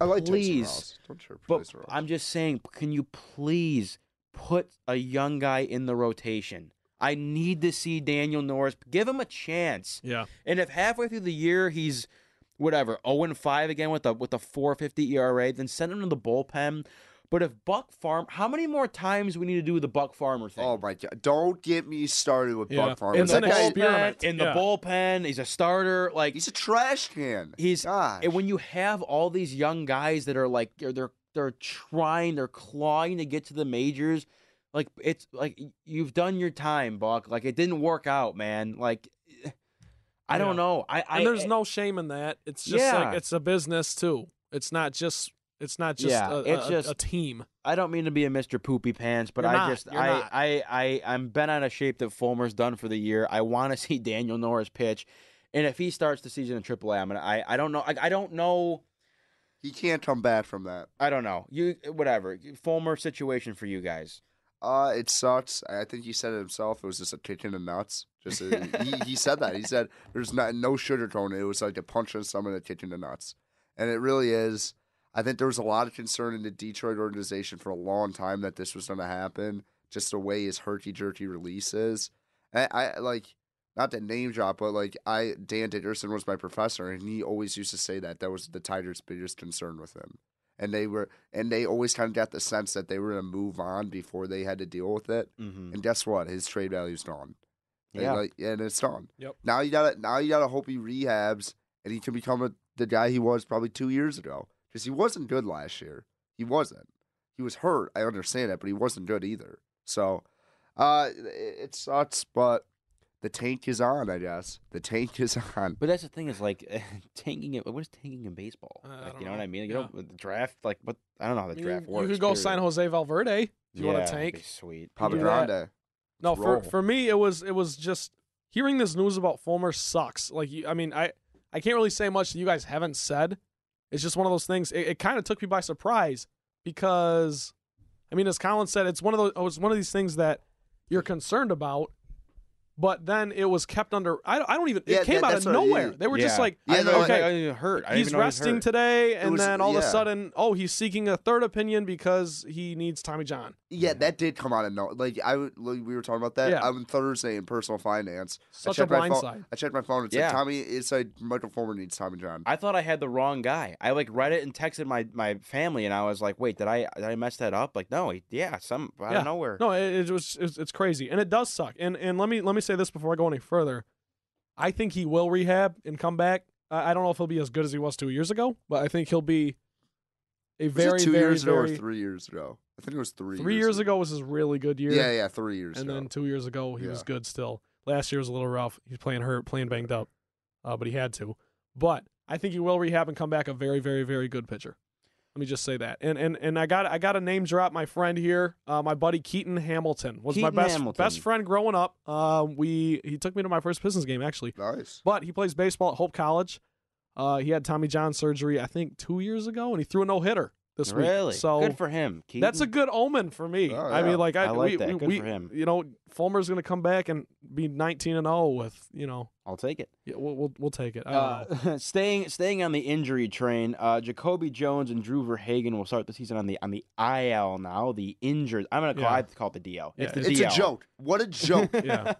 S4: I like
S2: Please.
S4: Tyson Ross. Don't trip
S2: But
S4: Tyson Ross.
S2: I'm just saying, can you please put a young guy in the rotation? I need to see Daniel Norris. Give him a chance.
S3: yeah,
S2: And if halfway through the year he's whatever 0 and 5 again with a with a 450 ERA, then send him to the bullpen. But if Buck Farm, how many more times we need to do the Buck Farmer thing?
S4: Oh my god! Don't get me started with
S3: Yeah.
S4: Buck Farmer.
S3: It's
S4: That
S3: an
S4: guy,
S3: expe- experiment.
S2: in the
S3: Yeah.
S2: bullpen, he's a starter. Like
S4: he's a trash can.
S2: He's-
S4: Gosh.
S2: and when you have all these young guys that are like they're they're, they're trying, they're clawing to get to the majors, like it's like you've done your time, Buck. Like it didn't work out, man. Like eh, I
S3: Yeah.
S2: don't know. I, I eh,
S3: and there's no shame in that. It's just
S2: Yeah.
S3: like it's a business too. It's not just it's not just
S2: Yeah,
S3: a,
S2: it's
S3: a-
S2: just-
S3: a team.
S2: I don't mean to be a Mr. Poopy Pants, but
S3: You're
S2: I
S3: not.
S2: just
S3: You're
S2: I,
S3: not.
S2: I I I'm bent out of shape that Fulmer's done for the year. I want to see Daniel Norris pitch, and if he starts the season in AAA, I'm gonna I I don't know I, I don't know
S4: he can't come back from that.
S2: I don't know you whatever Fulmer situation for you guys.
S4: Uh, it sucks. I think he said it himself. It was just a kick in the nuts. Just uh, he, he said that. He said there's not no sugarcoat. It It was like a punch in someone and a kick in the nuts, and it really is. I think there was a lot of concern in the Detroit organization for a long time that this was going to happen. Just the way his herky jerky release is. And I, I like not to name drop, but like I Dan Dickerson was my professor, and he always used to say that that was the Tigers' biggest concern with him and they were and they always kind of got the sense that they were going to move on before they had to deal with it.
S2: Mm-hmm.
S4: And guess what? His trade value's gone. And,
S2: Yeah.
S4: like, and it's gone.
S3: Yep.
S4: Now you got to now you got to hope he rehabs and he can become a, the guy he was probably two years ago because he wasn't good last year. He wasn't. He was hurt. I understand that, but he wasn't good either. So Uh, it, it sucks, but the tank is on. I guess the tank is on.
S2: But that's the thing is like tanking it. What is tanking in baseball?
S3: Uh, I
S2: like,
S3: don't
S2: you know, what
S3: know.
S2: I mean? Like,
S3: Yeah.
S2: You know, the draft. Like, what? I don't know how the
S3: You-
S2: draft works.
S3: You could go
S2: period.
S3: San Jose Valverde. if
S2: yeah,
S3: you want to
S2: that'd
S3: tank?
S2: be Sweet.
S4: Papa
S3: do that.
S4: Grande.
S3: No, for
S4: roll.
S3: for me it was it was just hearing this news about Fulmer sucks. Like you, I mean, I I can't really say much that you guys haven't said. It's just one of those things. It, it kind of took me by surprise because, I mean, as Colin said, it's one of those. It was one of these things that you're concerned about, but then it was kept under. I, don't- I don't even.
S4: Yeah,
S3: it came
S4: that-
S3: out
S4: that's
S3: of
S4: what it is.
S3: nowhere. They were just
S2: Yeah.
S3: like,
S4: Yeah,
S2: I
S4: no,
S2: know,
S3: okay,
S2: I, I didn't hurt. I didn't
S3: he's
S2: even know he was
S3: resting
S2: hurt.
S3: today, and
S4: was-
S3: then all of a
S4: yeah.
S3: sudden, oh, he's seeking a third opinion because he needs Tommy John.
S4: Yeah,
S2: Yeah.
S4: that did come out of no. Like I, would- like, we were talking about that
S3: Yeah.
S4: on Thursday in personal finance.
S3: Such a
S4: checked my phone-
S3: blindside.
S4: I checked my phone. It said
S2: Yeah.
S4: Tommy. It said Michael Fulmer needs Tommy John.
S2: I thought I had the wrong guy. I like read it and texted my my family, and I was like, "Wait, did I did I mess that up?" Like, no, he- yeah, some out
S3: Yeah.
S2: of nowhere.
S3: No, it, it was it's, it's crazy, and it does suck. And and let me let me say this before I go any further. I think he will rehab and come back. I, I don't know if he'll be as good as he was two years ago, but I think he'll be a
S4: Was it
S3: very
S4: two
S3: very
S4: years ago
S3: very
S4: or three years ago. I think it was three.
S3: three years ago was his really good year.
S4: Yeah, yeah, three years
S3: and
S4: ago.
S3: then two years ago he was
S4: Yeah.
S3: good still. Last year was a little rough. He's playing hurt, playing banged up, uh, but he had to. But I think he will rehab and come back a very, very, very good pitcher. Let me just say that. And and and I got I got a name drop. My friend here, uh, my buddy Keaton Hamilton was
S2: Keaton
S3: my best
S2: Hamilton.
S3: best friend growing up. Uh, we he took me to my first Pistons game actually,
S4: nice.
S3: but he plays baseball at Hope College. Uh, he had Tommy John surgery I think two years ago, and he threw a no hitter this week.
S2: really,
S3: So
S2: good for him. Keaton.
S3: that's a good omen for me.
S4: Oh,
S3: I
S4: yeah.
S3: mean, like I,
S2: I like
S3: we,
S2: that.
S3: we-
S2: Good
S3: we-
S2: for him.
S3: You know, Fulmer's going to come back and be nineteen and zero with you know.
S2: I'll take it.
S3: Yeah, we'll we'll, we'll take it. I don't know.
S2: Uh, staying staying on the injury train, uh, Jacoby Jones and Drew Verhagen will start the season on the on the IL now. The injured, I'm gonna call
S3: Yeah.
S2: I have to call it the DL.
S3: Yeah,
S2: It's the
S4: It's
S2: DL.
S4: a joke. What a joke.
S3: Yeah.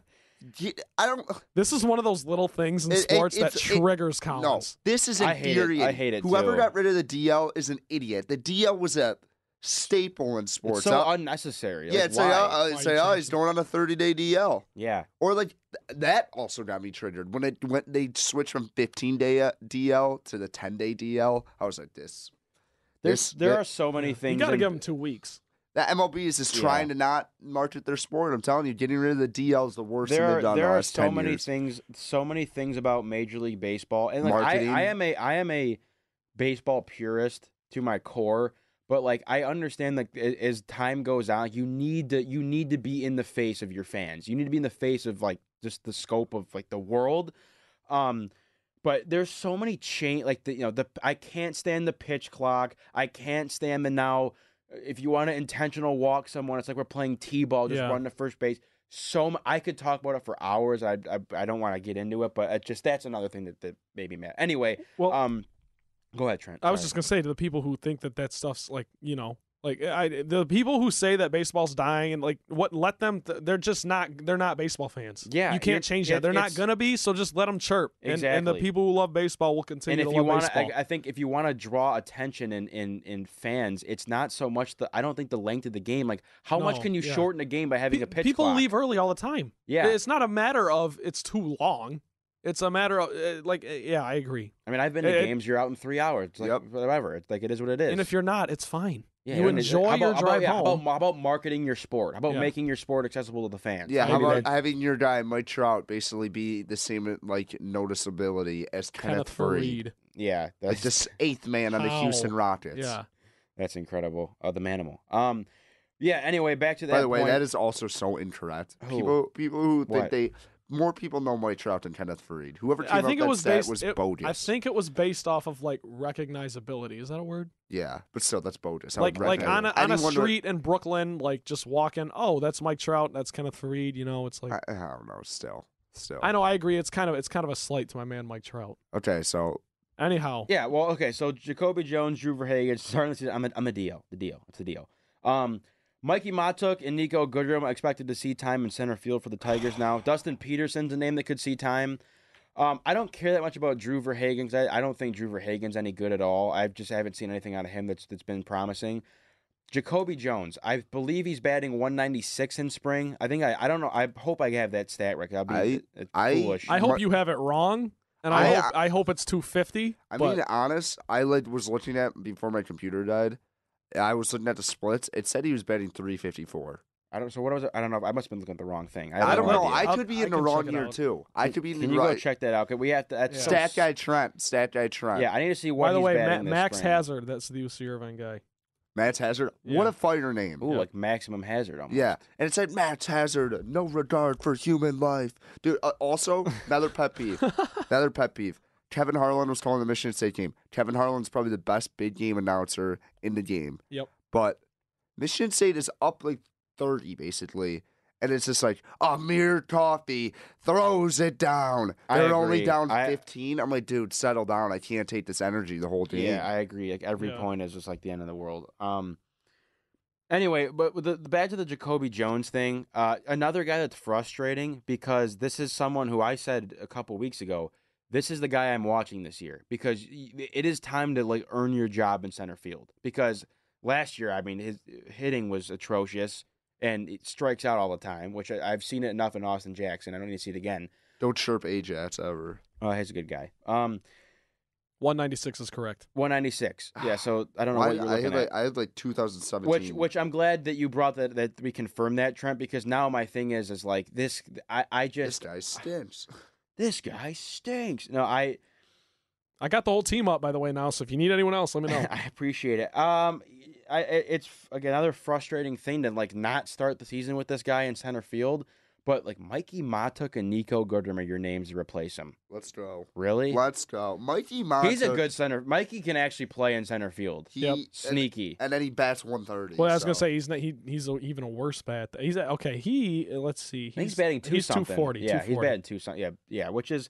S4: Ye- I don't.
S3: This is one of those little things in
S4: It- it-
S3: sports that
S4: it's- it-
S3: triggers
S4: No,
S3: Collins.
S4: this is
S2: I hate it. I
S4: infuriating.
S2: hate it
S4: Whoever
S2: too.
S4: got rid of the DL is an idiot. The DL was a staple in sports.
S2: It's so
S4: Uh,
S2: unnecessary.
S4: yeah,
S2: Like,
S4: it's
S2: why?
S4: like, uh,
S3: Why
S4: it's
S3: you
S4: like, oh,
S3: change
S4: he's
S3: it?
S4: going on a 30 day DL.
S2: yeah.
S4: Or like th- that also got me triggered when it when they switched from 15 day uh, DL to the 10 day DL. I was like, this.
S2: There's
S4: This-
S2: there
S4: that-
S2: are so many things.
S3: you got to
S2: in-
S3: give him two weeks.
S4: That MLB is just
S2: Yeah.
S4: trying to not market their sport. I'm telling you, getting rid of the DL is the worst
S2: there
S4: thing
S2: are
S4: they've done. in
S2: there
S4: the
S2: are
S4: last
S2: so
S4: 10
S2: many
S4: years.
S2: things so many things about Major League Baseball and like
S4: Marketing.
S2: I, I am a I am a baseball purist to my core but like I understand like a- as time goes on you need to you need to be in the face of your fans you need to be in the face of like just the scope of like the world um but there's so many change like the you know the I can't stand the pitch clock I can't stand the now uh, if you want to intentional walk someone it's like we're playing t-ball just
S3: Yeah.
S2: run to first base so m- I could talk about it for hours. I I, I don't want to get into it, but it just that's another thing that, that made me mad. Anyway,
S3: Well,
S2: um, go ahead, Trent.
S3: I was
S2: Sorry.
S3: just gonna say to the people who think that that stuff's like you know like I the people who say that baseball's dying and like what let them th- they're just not they're not baseball fans.
S2: Yeah,
S3: you
S2: you're-
S3: can't change
S2: it-
S3: that. They're not
S2: it's-
S3: gonna be. So just let them chirp. And, and the
S2: Exactly.
S3: people who love baseball will continue
S2: and
S3: to
S2: if you
S3: love
S2: want
S3: baseball.
S2: I, I think if you want to draw attention in, in in fans, it's not so much the I don't think the length of the game. Like how much
S3: No,
S2: can you
S3: yeah.
S2: shorten a game by having
S3: Pe-
S2: a pitch
S3: people
S2: clock?
S3: leave early all the time.
S2: Yeah.
S3: it's not a matter of it's too long. It's a matter of uh, like uh, yeah, I agree.
S2: I mean, I've been to
S3: it-
S2: games. You're out in three hours. It's like
S4: Yep.
S2: whatever. It's like it is what it is.
S3: And if you're not, it's fine.
S2: yeah,
S3: you
S2: and it's-
S3: enjoy
S2: how
S3: your
S2: about, how
S3: drive
S2: about, yeah, how
S3: home.
S2: about, how about marketing your sport? How about
S3: Yeah.
S2: making your sport accessible to the fans?
S4: Yeah,
S2: I
S4: how
S2: mean,
S4: about
S2: that's-
S4: having your guy Mike Trout basically be the same like noticeability as Kenneth Furry,
S3: Faried.
S2: yeah,
S4: like
S2: that's
S4: this eighth man on the
S3: How?
S4: Houston Rockets.
S3: Yeah,
S2: That's incredible. Uh, the manimal. Um, yeah. Anyway, back to that.
S4: By the way,
S2: point.
S4: that is also so incorrect.
S2: Who?
S4: People people who think
S2: What?
S4: they more people know Mike Trout than Kenneth Furry. Whoever came
S3: I think it
S4: up that
S3: was
S4: stat
S3: based.
S4: was
S3: it-
S4: bogus.
S3: I think it was based off of like recognizability. Is that a word?
S4: yeah, but still that's bogus. I
S3: Like
S4: would
S3: like on
S4: recommend
S3: a,
S4: it.
S3: on a
S4: Anyone would-
S3: street in Brooklyn, like just walking. Oh, that's Mike Trout. That's Kenneth Farid. You know, it's like
S4: I, I don't know. Still, still.
S3: I know. I agree. It's kind of it's kind of a slight to my man Mike Trout.
S4: Okay, so
S3: Anyhow,
S2: Yeah. Well, okay. So Jacoby Jones, Drew Verhagen, starting the season. I'm a, I'm a deal. The deal. It's the deal. Um, Mikey Matuk and Nico Goodrum are expected to see time in center field for the Tigers now. Dustin Peterson's a name that could see time. Um, I don't care that much about Drew Verhagen 'cause I, I don't think Drew Verhagen's any good at all. I just haven't seen anything out of him that's that's been promising. Jacoby Jones, I believe he's batting 196 in spring. I think I, I don't know. I hope I have that stat right. I'll be
S4: I-
S2: uh,
S4: I-
S2: foolish.
S3: I hope
S4: Mar-
S3: you have it wrong, and I,
S4: I-
S3: hope I hope it's two fifty.
S4: I mean, honest, I like was looking at before my computer died. I was looking at the splits. It said he was betting three fifty four.
S2: I don't. So what was it? I don't know. I must have been looking at the wrong thing. I,
S4: I
S2: have
S4: don't
S2: no
S4: know.
S2: idea.
S4: I
S3: I'll-
S4: could be
S3: I
S4: in the
S3: can
S4: wrong
S3: check it
S4: year
S3: out.
S4: too. I could be in
S2: Can
S4: the
S2: you go
S4: right.
S2: check that out? 'Cause we have to. That's
S3: Yeah.
S2: so
S4: Stat guy Trent. Stat guy Trent.
S2: Yeah, I need to see what.
S3: By the
S2: he's
S3: way,
S2: batting
S3: Ma-
S2: this
S3: Max
S2: spring.
S3: has Hazard, that's the UC Irvine guy.
S4: Max Hazard. What
S3: Yeah.
S4: a fighter name.
S2: Ooh,
S3: Yeah.
S2: like maximum hazard. Almost.
S4: Yeah, and it said Max Hazard, no regard for human life, dude. Uh, also, another pet peeve. another pet peeve. Kevin Harlan was calling the Michigan State game. Kevin Harlan's probably the best big game announcer in the game.
S3: Yep.
S4: But Michigan State is up like thirty basically, and it's just like Amir Coffee throws it down.
S2: I
S4: They're only
S2: agree.
S4: down
S2: I-
S4: fifteen. I'm like, dude, settle down. I can't take this energy the whole game.
S2: Yeah, I agree. Like every
S3: Yeah.
S2: point is just like the end of the world. Um. Anyway, but with the, the back to the Jacoby Jones thing, uh, another guy that's frustrating because this is someone who I said a couple weeks ago, this is the guy I'm watching this year because y- it is time to like earn your job in center field because last year, I mean, his hitting was atrocious and it strikes out all the time, which I, I've seen it enough in Austin Jackson. I don't need to see it again.
S4: Don't chirp Ajax ever.
S2: Oh, he's a good guy. Um,
S3: 196 is correct.
S2: 196. Yeah, so I don't know
S4: I,
S2: what you're
S4: I
S2: looking
S4: had
S2: at.
S4: like I had like 2017.
S2: Which, which I'm glad that you brought that that we confirmed that Trent because now my thing is is like this I I
S4: this
S2: just
S4: guy stinks.
S2: this guy stinks. No, I
S3: I got the whole team up by the way now, so if you need anyone else, let me know.
S2: I appreciate it. Um, I it- it's f- like another frustrating thing to like not start the season with this guy in center field, but like Mikey Matuk and Nico Goodrum are your names to replace him.
S4: Let's go.
S2: Really?
S4: Let's go. Mikey Monta.
S2: He's a good center. Mikey can actually play in center field.
S4: he,
S3: Yep.
S4: and-
S2: Sneaky.
S4: And, then he bats 130.
S3: well, I was gonna
S4: so-
S3: say he's not, he he's a, even a worse bat. He's a, okay. He let's see. He's,
S2: I think he's batting two
S3: He's
S2: something.
S3: 240.
S2: Yeah,
S3: 240.
S2: he's batting two something. Yeah, yeah, which is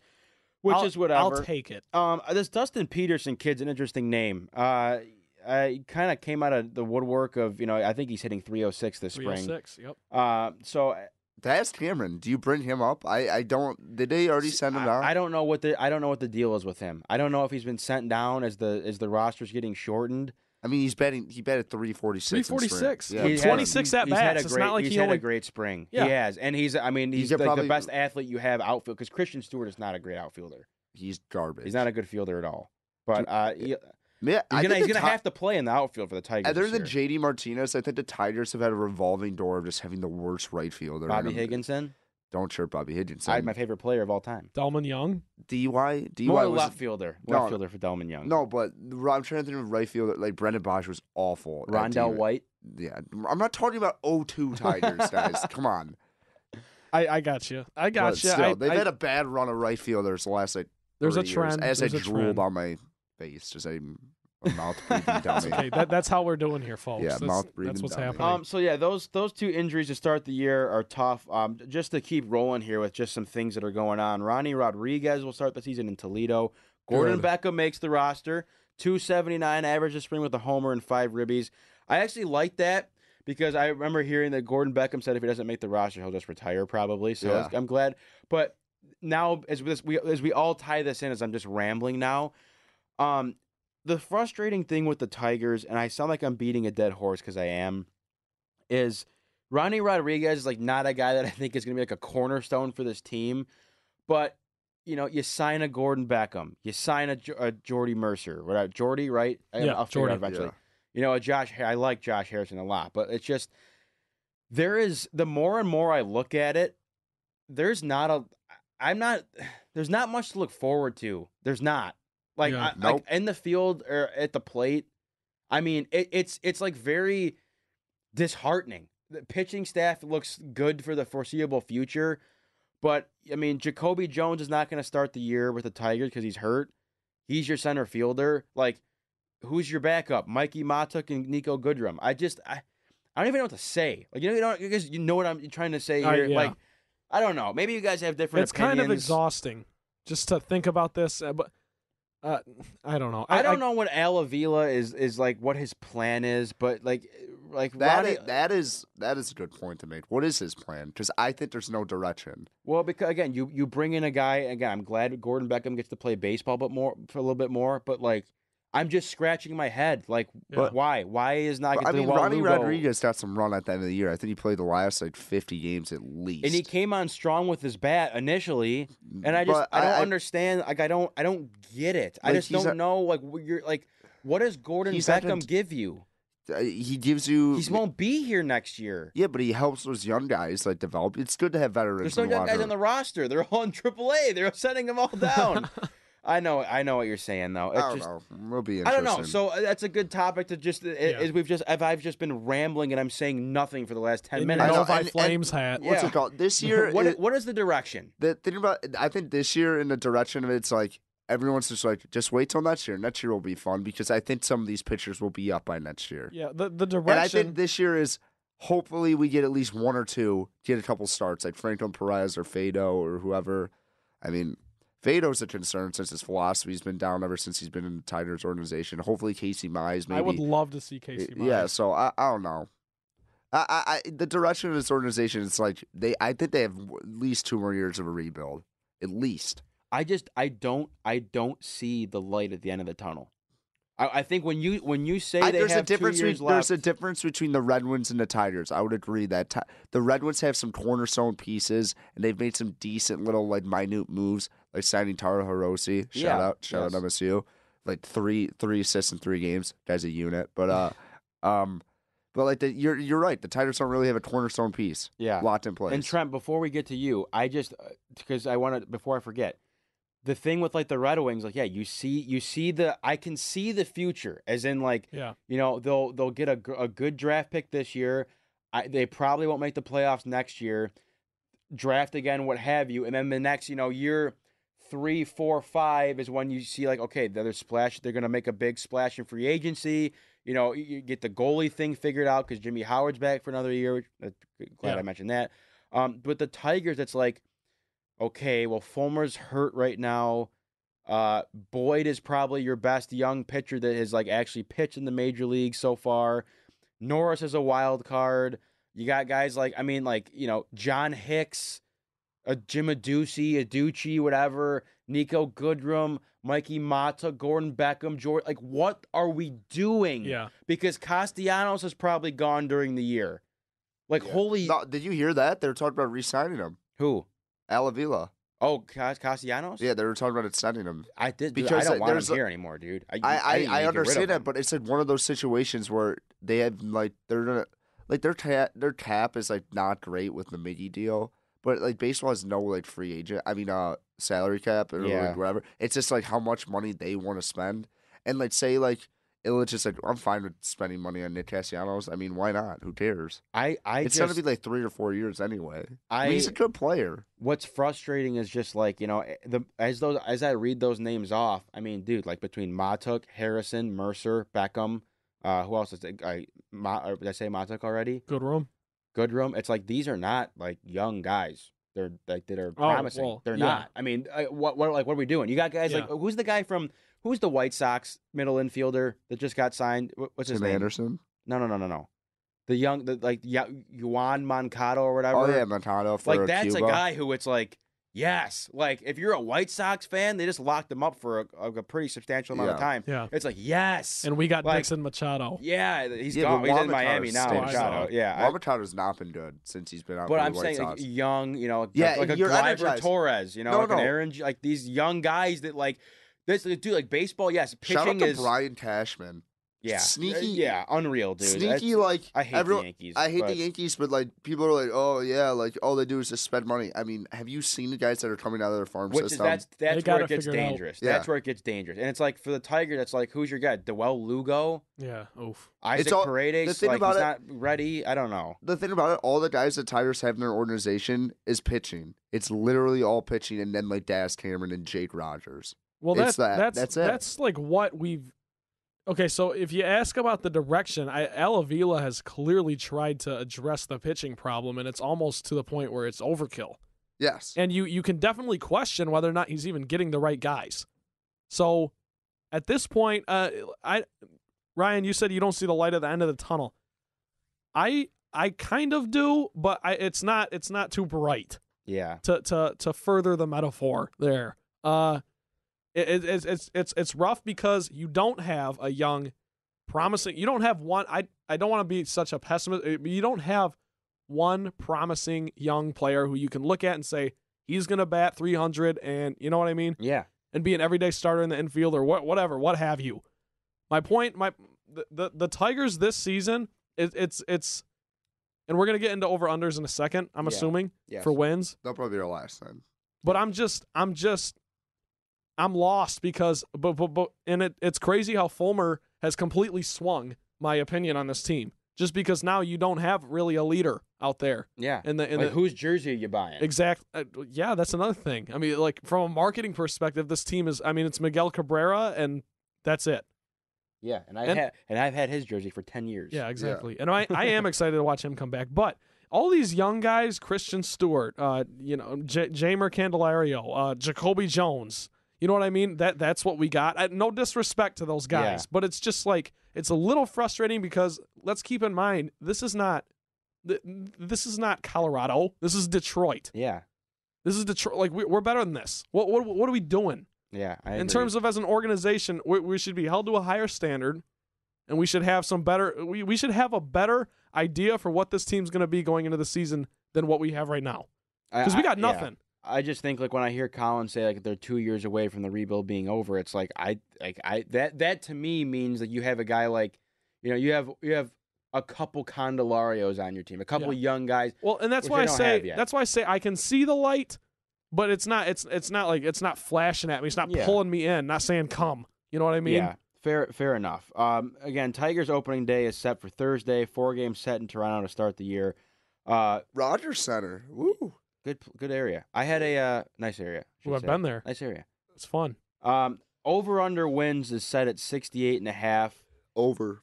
S2: which
S3: I'll-
S2: is whatever.
S3: I'll take it.
S2: Um, this Dustin Peterson kid's an interesting name. Uh, I kind of came out of the woodwork of you know I think he's hitting 306 this spring.
S3: 306. Yep.
S2: Uh, so
S4: That's Cameron. Do you bring him up? I, I don't. Did they already send him
S2: I,
S4: down?
S2: I don't know what the I don't know what the deal is with him. I don't know if he's been sent down as the as the roster's getting shortened.
S4: I mean, he's batting. He batted 346. in spring.
S3: 346.
S4: Yeah,
S3: He
S2: He's
S4: but-
S2: had a-
S3: 26 at
S2: he's had
S3: bats.
S2: a
S3: It's
S2: great-
S3: not like
S2: he's
S3: he
S2: had
S3: only-
S2: a great spring.
S3: Yeah.
S2: He has, and he's I mean he's
S4: could
S2: like
S4: probably-
S2: the best athlete you have outfield because Christian Stewart is not a great outfielder.
S4: He's garbage.
S2: He's not a good fielder at all. But uh, he- he's
S4: Yeah, I
S2: gonna he's
S4: think the
S2: gonna
S4: Ti- Uh,
S2: have to play in the outfield for the Tigers.
S4: Other
S2: this
S4: than
S2: year.
S4: JD Martinez, I think the Tigers have had a revolving door of just having the worst right fielder. in
S2: Bobby
S4: them.
S2: Higginson,
S4: Don't chirp Bobby Higgins.
S2: I, my favorite player of all time.
S3: Delman Young.
S4: DY. DY
S2: More
S4: was
S2: left fielder.
S4: No,
S2: Left
S4: no.
S2: fielder for Delman Young.
S4: No, but I'm trying to think of right fielder. Like Brendan Bosch was awful. at
S2: Rondell
S4: DB.
S2: White.
S4: Yeah, I'm not talking about 02 Tigers, guys. Come on.
S3: I, I got you. I
S4: But
S3: got you.
S4: still,
S3: I,
S4: they've
S3: I-
S4: had a bad run of right fielders the last like
S3: there's a
S4: three years,
S3: trend.
S4: As
S3: there's
S4: I
S3: a
S4: drooled
S3: trend.
S4: on my face, just a a mouth breathing
S2: It's
S4: dummy.
S3: okay, that, that's how we're doing here, folks.
S4: Yeah,
S3: that's,
S4: mouth breathing
S3: that's what's
S4: down.
S3: happening.
S2: Um, so yeah, those those two injuries to start the year are tough. Um, just to keep rolling here with just some things that are going on. Ronnie Rodriguez will start the season in Toledo. Gordon
S3: Good.
S2: Beckham makes the roster. 279 average this spring with a homer and five ribbies. I actually like that because I remember hearing that Gordon Beckham said if he doesn't make the roster, he'll just retire probably. So
S4: Yeah.
S2: I'm glad. But now as this, we as we all tie this in, as I'm just rambling now, um, the frustrating thing with the Tigers, and I sound like I'm beating a dead horse because I am, is Ronnie Rodriguez is like not a guy that I think is going to be like a cornerstone for this team, but you know, you sign a Gordon Beckham, you sign a, Jo- a Jordy Mercer, whatever Jordy, right? I-
S3: Yeah,
S2: I'll figure it out
S3: Jordy.
S2: eventually.
S4: Yeah.
S2: You know, a Josh. I like Josh Harrison a lot, but it's just there is the more and more I look at it, there's not a, I'm not, there's not much to look forward to. There's not like
S3: Yeah.
S2: I,
S4: Nope.
S2: like in the field or at the plate. I mean, it, it's it's like very disheartening. The pitching staff looks good for the foreseeable future, but I mean, Jacoby Jones is not going to start the year with the Tigers because he's hurt. He's your center fielder. Like, who's your backup? Mikey Matuk and Nico Goodrum. I just I, I don't even know what to say. Like, you know, you don't because you know what I'm trying to say
S3: I-
S2: here.
S3: yeah.
S2: Like, I don't know. Maybe you guys have different.
S3: it's kind of
S2: opinions.
S3: exhausting just to think about this. uh, But uh, I don't know.
S2: I don't know what Al Avila is is like. What his plan is, but like, like
S4: That
S2: Ronnie-
S4: is, that is that is a good point to make. What is his plan? Because I think there's no direction.
S2: Well, because again, you you bring in a guy again. I'm glad Gordon Beckham gets to play baseball, but more for a little bit more. But like, I'm just scratching my head. Like,
S3: Yeah.
S2: why? Why is not?
S4: But, I mean,
S2: Dewaul
S4: Ronnie
S2: Lugo-
S4: Rodriguez got some run at the end of the year. I think he played the last like 50 games at least.
S2: And he came on strong with his bat initially, and I just
S4: But
S2: I don't
S4: I-
S2: understand. Like, I don't I don't get it. I
S4: Like,
S2: just
S4: he's
S2: don't
S4: a-
S2: know. Like, what you're like, what does Gordon
S4: He's not
S2: Beckham
S4: a-
S2: give you?
S4: Uh, He gives you.
S2: He won't be here next year.
S4: Yeah, but he helps those young guys like develop. It's good to have veterans.
S2: There's no
S4: in
S2: young guys
S4: water.
S2: on the roster. They're all in AAA. They're sending them all down. I know. I know what you're saying though. It's
S4: I don't
S2: just-
S4: know. It'll be
S2: I don't
S4: interesting.
S2: know. So uh, that's a good topic to just i-
S3: Yeah.
S2: is we've just if I've just been rambling and I'm saying nothing for the last ten
S3: In your
S2: minutes.
S4: I know,
S3: Novi
S4: and- and-
S3: Flames hat.
S4: what's
S2: yeah.
S4: it called this year?
S2: what
S4: it-
S2: what is the direction?
S4: the thing about I think this year in the direction of it's like everyone's just like just wait till next year. Next year will be fun because I think some of these pitchers will be up by next year.
S3: Yeah, the the
S4: and I
S3: direction.
S4: think this year is hopefully we get at least one or two, get a couple starts like Franklin Perez or Fado or whoever. I mean, Fado's a concern since his philosophy's been down ever since he's been in the Tigers organization. Hopefully Casey Mize maybe.
S3: I would love to see Casey. Mize.
S4: Yeah, so I, I don't know. I, I, I the direction of this organization is like they I think they have w- at least two more years of a rebuild. At least.
S2: I just I don't I don't see the light at the end of the tunnel. I, I think when you when you say
S4: I,
S2: they
S4: there's
S2: have
S4: a difference
S2: two years
S4: between, there's a
S2: left-
S4: difference between the Red Wings and the Tigers. I would agree that ti- the Red Wings have some cornerstone pieces and they've made some decent little like minute moves like signing Taro Hirose. Shout
S2: Yeah,
S4: out, shout
S2: yes.
S4: out MSU. Like three three assists in three games. Guys a unit. But uh um but like the, you're you're right. The Tigers don't really have a cornerstone piece
S2: yeah.
S4: locked in place.
S2: And Trent, before we get to you, I just because I want to before I forget, the thing with like the Red Wings, like yeah, you see, you see the I can see the future, as in like
S3: Yeah.
S2: you know they'll they'll get a, gr- a good draft pick this year. I, they probably won't make the playoffs next year. Draft again, what have you, and then the next you know year three, four, five is when you see like okay, they're splash, they're gonna make a big splash in free agency. You know, you- you get the goalie thing figured out because Jimmy Howard's back for another year. Which, uh, glad
S3: Yeah.
S2: I mentioned that. Um, with the Tigers, it's like, okay, well, Fulmer's hurt right now. Uh, Boyd is probably your best young pitcher that has like actually pitched in the major league so far. Norris is a wild card. You got guys like I mean, like you know, John Hicks, a Jim Aducey, Aducci, whatever. Nico Goodrum, Mikey Mata, Gordon Beckham, George. Like, what are we doing?
S3: Yeah.
S2: Because Castellanos is probably gone during the year. Like,
S4: Yeah.
S2: holy
S4: No, did you hear that? They were talking about re-signing him.
S2: who?
S4: Alavila.
S2: Oh, Cas- Castellanos.
S4: Yeah, they were talking about extending him.
S2: I did because
S4: Because
S2: I don't want
S4: there's
S2: him
S4: a-
S2: here anymore, dude. I
S4: I,
S2: didn't even
S4: I, I
S2: get rid of
S4: understand
S2: him.
S4: that, but it's like one of those situations where they have like they're gonna like their ta- their cap is like not great with the Miggy deal, but like baseball has no like free agent. I mean, uh, salary cap or
S2: Yeah.
S4: like whatever. It's just like how much money they want to spend, and like say like Illich is like I'm fine with spending money on Nick Castellanos. I mean, why not? Who cares?
S2: I I
S4: it's
S2: just
S4: gonna be like three or four years anyway. I,
S2: I
S4: mean, he's a good player.
S2: what's frustrating is just like you know eh, the as those as I read those names off. I mean, dude, like between Matuk, Harrison, Mercer, Beckham, uh, who else? Is it? I Ma, uh, did I say Matuk already?
S3: Good room.
S2: Goodrum. It's like these are not like young guys. They're like that are
S3: Oh,
S2: promising.
S3: well,
S2: They're
S3: yeah.
S2: not. I mean, I, what what like what are we doing? You got guys like
S3: Yeah.
S2: who's the guy from who's the White Sox middle infielder that just got signed? Wh- What's his
S4: Tim
S2: name?
S4: Anderson.
S2: No, no, no, no, no. The young, the like Ya- Juan Moncada or whatever.
S4: Oh yeah, Montano for
S2: like that's
S4: Cuba.
S2: a guy who it's like, yes, like if you're a White Sox fan, they just locked him up for a, a pretty substantial amount of
S4: Yeah.
S2: time.
S3: Yeah.
S2: It's like yes,
S3: And we got
S2: Like-
S3: Dixon Machado.
S2: yeah, he's
S4: Yeah,
S2: gone.
S4: but
S2: He's in
S4: Wamatar
S2: Miami now.
S4: stinks,
S2: Machado.
S4: though.
S2: Yeah, I-
S4: Wabata's not been good since he's been out.
S2: but
S4: for
S2: I'm
S4: the White
S2: saying like
S4: Sox.
S2: young, you know, like,
S4: Yeah,
S2: like a
S4: you're
S2: Gleyber
S4: energized.
S2: Torres, you know,
S4: No,
S2: like an
S4: no.
S2: Aaron, J- like these young guys that like this dude, like baseball. Yes, pitching
S4: Shout out to
S2: is
S4: Brian Cashman.
S2: yeah,
S4: Sneaky-
S2: yeah, unreal, dude.
S4: Sneaky,
S2: That's-
S4: like
S2: I hate
S4: everyone,
S2: the Yankees.
S4: I hate
S2: but-
S4: the Yankees, but like people are like, oh yeah, like all they do is just spend money. I mean, have you seen the guys that are coming out of their farm
S2: Which is
S4: system?
S2: that's that's where
S3: gotta
S2: it gets
S3: figure it out.
S2: dangerous.
S4: Yeah.
S2: That's where it gets dangerous. And it's like for the Tiger, that's like who's your guy? Dewell Lugo,
S3: Yeah. Oof.
S2: Isaac
S4: all- the
S2: Paredes.
S4: thing
S2: like
S4: about
S2: he's
S4: it-
S2: not ready. I don't know.
S4: the thing about it, all the guys that Tigers have in their organization is pitching. It's literally all pitching, and then like Daz Cameron and Jake Rogers.
S3: Well, that's
S4: It's that.
S3: that's
S4: That's it.
S3: that's like what we've. Okay, so if you ask about the direction, I Alavila has clearly tried to address the pitching problem, and it's almost to the point where it's overkill.
S4: Yes,
S3: And you you can definitely question whether or not he's even getting the right guys. So, at this point, uh, I Ryan, you said you don't see the light at the end of the tunnel. I I kind of do, but I, it's not it's not too bright
S2: Yeah.
S3: to to to further the metaphor there. Uh, it, it, it's it's it's it's rough because you don't have a young, promising. You don't have one. I I don't want to be such a pessimist. uh, but You don't have one promising young player who you can look at and say he's gonna bat 300 and you know what I mean
S2: Yeah.
S3: and be an everyday starter in the infield or what whatever what have you. My point my the the, the Tigers this season. It, it's it's, and we're gonna get into over unders in a second. I'm
S2: Yeah.
S3: assuming
S2: Yes.
S3: for wins,
S4: They'll probably be their last then.
S3: but I'm just I'm just I'm lost because but but, but and it it's crazy how Fulmer has completely swung my opinion on this team just because now you don't have really a leader out there
S2: yeah.
S3: in the in
S2: like
S3: the
S2: whose jersey are you buying?
S3: Exact. Uh, yeah, that's another thing. I mean, like from a marketing perspective, this team is. I mean, it's Miguel Cabrera, and that's it.
S2: yeah, and I
S3: And-
S2: had and I've had his jersey for ten years.
S3: Yeah, exactly. And I, I am excited to watch him come back. But all these young guys, Christian Stewart, uh, you know, J- Jamer Candelario, uh, Jacoby Jones. You know what I mean? That that's what we got. I, no disrespect to those guys,
S2: Yeah.
S3: but it's just like it's a little frustrating because let's keep in mind this is not. th- This is not Colorado. This is Detroit.
S2: Yeah.
S3: This is Detroit. Like we, we're better than this. What what what are we doing
S2: Yeah. I
S3: in
S2: agree.
S3: terms of as an organization? We, we should be held to a higher standard, and we should have some better. We we should have a better idea for what this team's going to be going into the season than what we have right now
S2: I-
S3: because we
S2: I-
S3: got
S2: yeah.
S3: nothing.
S2: I just think like when I hear Colin say like they're two years away from the rebuild being over, it's like I like I that that to me means that you have a guy like you know you have you have a couple Candelarios on your team, a couple
S3: Yeah.
S2: young guys.
S3: Well, and that's
S2: Which
S3: why
S2: they
S3: I
S2: don't have
S3: say
S2: yet.
S3: that's why I say I can see the light, but it's not it's it's not like it's not flashing at me. It's not
S2: Yeah.
S3: pulling me in. Not saying come. You know what I mean?
S2: yeah, fair fair enough. Um, again, Tigers opening day is set for Thursday. Four games set in Toronto to start the year. Uh,
S4: Rogers Center. Woo.
S2: good good area. I had a uh, nice area. I should
S3: Well, I've
S2: say.
S3: been there.
S2: Nice area.
S3: It's fun.
S2: Um, over under wins is set at 68 and a half.
S4: Over.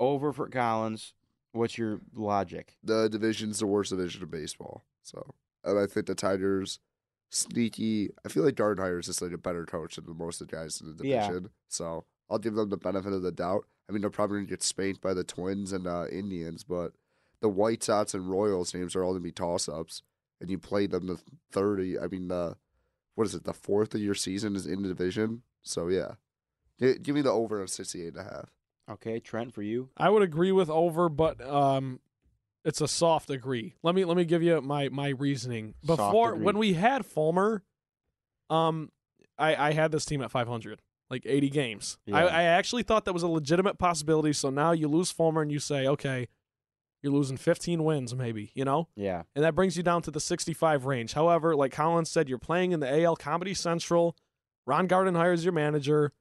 S2: Over for Collins. What's your logic?
S4: The division's the worst division of baseball. So, and I think the Tigers, sneaky. I feel like Darn Hires is like a better coach than most of the guys in the
S2: Yeah.
S4: division. So I'll give them the benefit of the doubt. I mean, they're probably going to get spanked by the Twins and uh, Indians, but the White Sox and Royals names are all going to be toss ups. And you play them the 30, I mean, the, what is it, the fourth of your season is in the division. So, yeah. Gi- Give me the over of 68 and a half.
S2: Okay, Trent, for you.
S3: I would agree with over, but um, it's a soft agree. Let me let me give you my my reasoning
S2: Soft
S3: before
S2: agree.
S3: when we had Fulmer. Um, I I had this team at 500, like 80 games. I
S2: Yeah.
S3: I actually thought that was a legitimate possibility. So now you lose Fulmer and you say, okay, you're losing 15 wins, maybe you know,
S2: Yeah.
S3: and that brings you down to the 65 range. However, like Colin said, you're playing in the AL Comedy Central. Ron Gardenhire is your manager.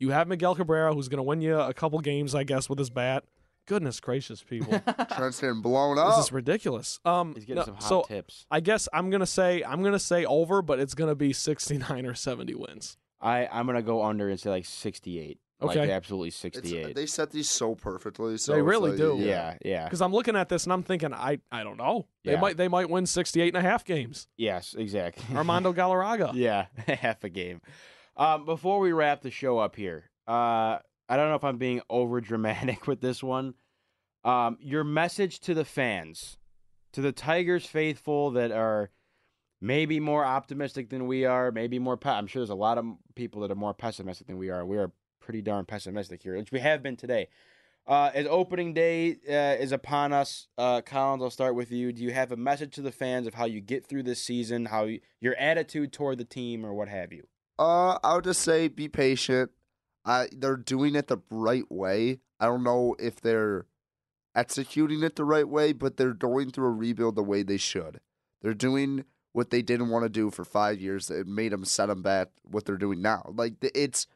S3: You have Miguel Cabrera, who's going to win you a couple games, I guess, with his bat. Goodness gracious, people.
S4: Trent's getting blown
S3: This
S4: up.
S3: is ridiculous. Um,
S2: He's getting
S3: no,
S2: some hot
S3: so
S2: tips.
S3: I guess I'm gonna say I'm gonna say over, but it's gonna be 69 or 70 wins.
S2: I I'm gonna go under and say like 68. Like
S3: Okay.
S2: absolutely
S4: It's-
S2: 68.
S4: they set these so perfectly. So
S3: They
S4: it's
S3: really
S4: like,
S3: do.
S4: Yeah.
S2: yeah, yeah.
S3: Because I'm looking at this and I'm thinking, I I don't know. They
S2: Yeah.
S3: might they might win 68 and a half games.
S2: Yes, exactly.
S3: Armando Galarraga.
S2: yeah, half a game. Um, before we wrap the show up here, uh, I don't know if I'm being over dramatic with this one. Um, your message to the fans, to the Tigers faithful that are maybe more optimistic than we are, maybe more. Pe- I'm sure there's a lot of people that are more pessimistic than we are. We are pretty darn pessimistic here, which we have been today. Uh, as opening day uh, is upon us, uh, Collins, I'll start with you. Do you have a message to the fans of how you get through this season, how you, your attitude toward the team, or what have you?
S4: Uh, I would just say be patient. I they're doing it the right way. I don't know if they're executing it the right way, but they're going through a rebuild the way they should. They're doing what they didn't want to do for five years. It made them set them back. What they're doing now, like th- it's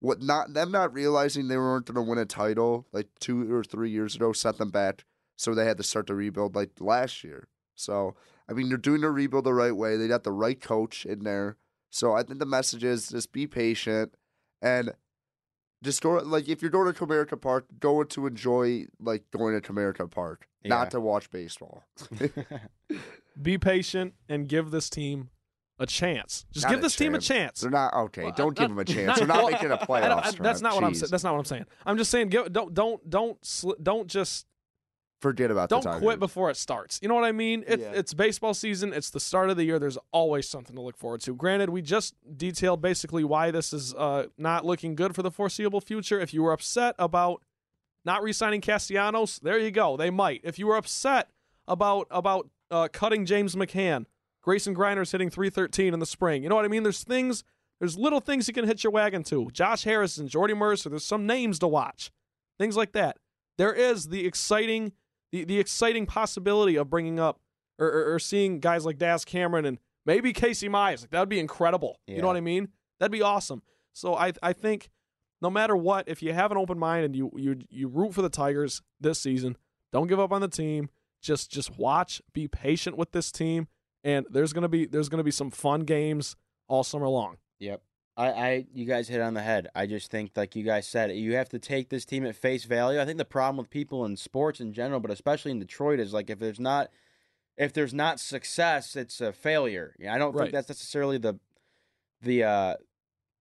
S4: what not them not realizing they weren't going to win a title like two or three years ago set them back. So they had to start the rebuild like last year. So I mean, they're doing the rebuild the right way. They got the right coach in there. So I think the message is just be patient and just go like if you're going to Comerica Park, go to enjoy like going to Comerica Park,
S2: Yeah.
S4: not to watch baseball.
S3: Be patient and give this team a chance. Just
S4: Not
S3: give
S4: a
S3: this team a chance.
S4: They're not okay.
S3: Well,
S4: don't
S3: uh,
S4: give them a
S3: not-
S4: chance.
S3: not-
S4: They're not
S3: well,
S4: making a
S3: I don't-
S4: playoff.
S3: I- that's not what I'm saying.
S4: saying.
S3: That's not what I'm saying. I'm just saying give don't don't don't sli- don't just
S4: Forget about the
S3: don't
S4: Tigers.
S3: quit before it starts. You know what I mean? It's
S4: Yeah.
S3: it's baseball season. It's the start of the year. There's always something to look forward to. Granted, we just detailed basically why this is uh, not looking good for the foreseeable future. If you were upset about not re-signing Castellanos, there you go. They might. If you were upset about about uh, cutting James McCann, Grayson Griner's hitting 313 in the spring. You know what I mean? There's things. There's little things you can hit your wagon to. Josh Harrison, Jordy Mercer. There's some names to watch. things like that. There is the exciting, the, the exciting possibility of bringing up or, or, or seeing guys like Daz Cameron and maybe Casey Myers. Like that would be incredible. You
S2: Yeah.
S3: know what I mean? That'd be awesome. So I I think no matter what, if you have an open mind and you you you root for the Tigers this season, don't give up on the team. Just just watch, be patient with this team, and there's gonna be there's gonna be some fun games all summer long.
S2: Yep. I, I you guys hit it on the head. I just think like you guys said, you have to take this team at face value. I think the problem with people in sports in general, but especially in Detroit, is like if there's not if there's not success, it's a failure. Yeah, I don't
S3: Right.
S2: think that's necessarily the the uh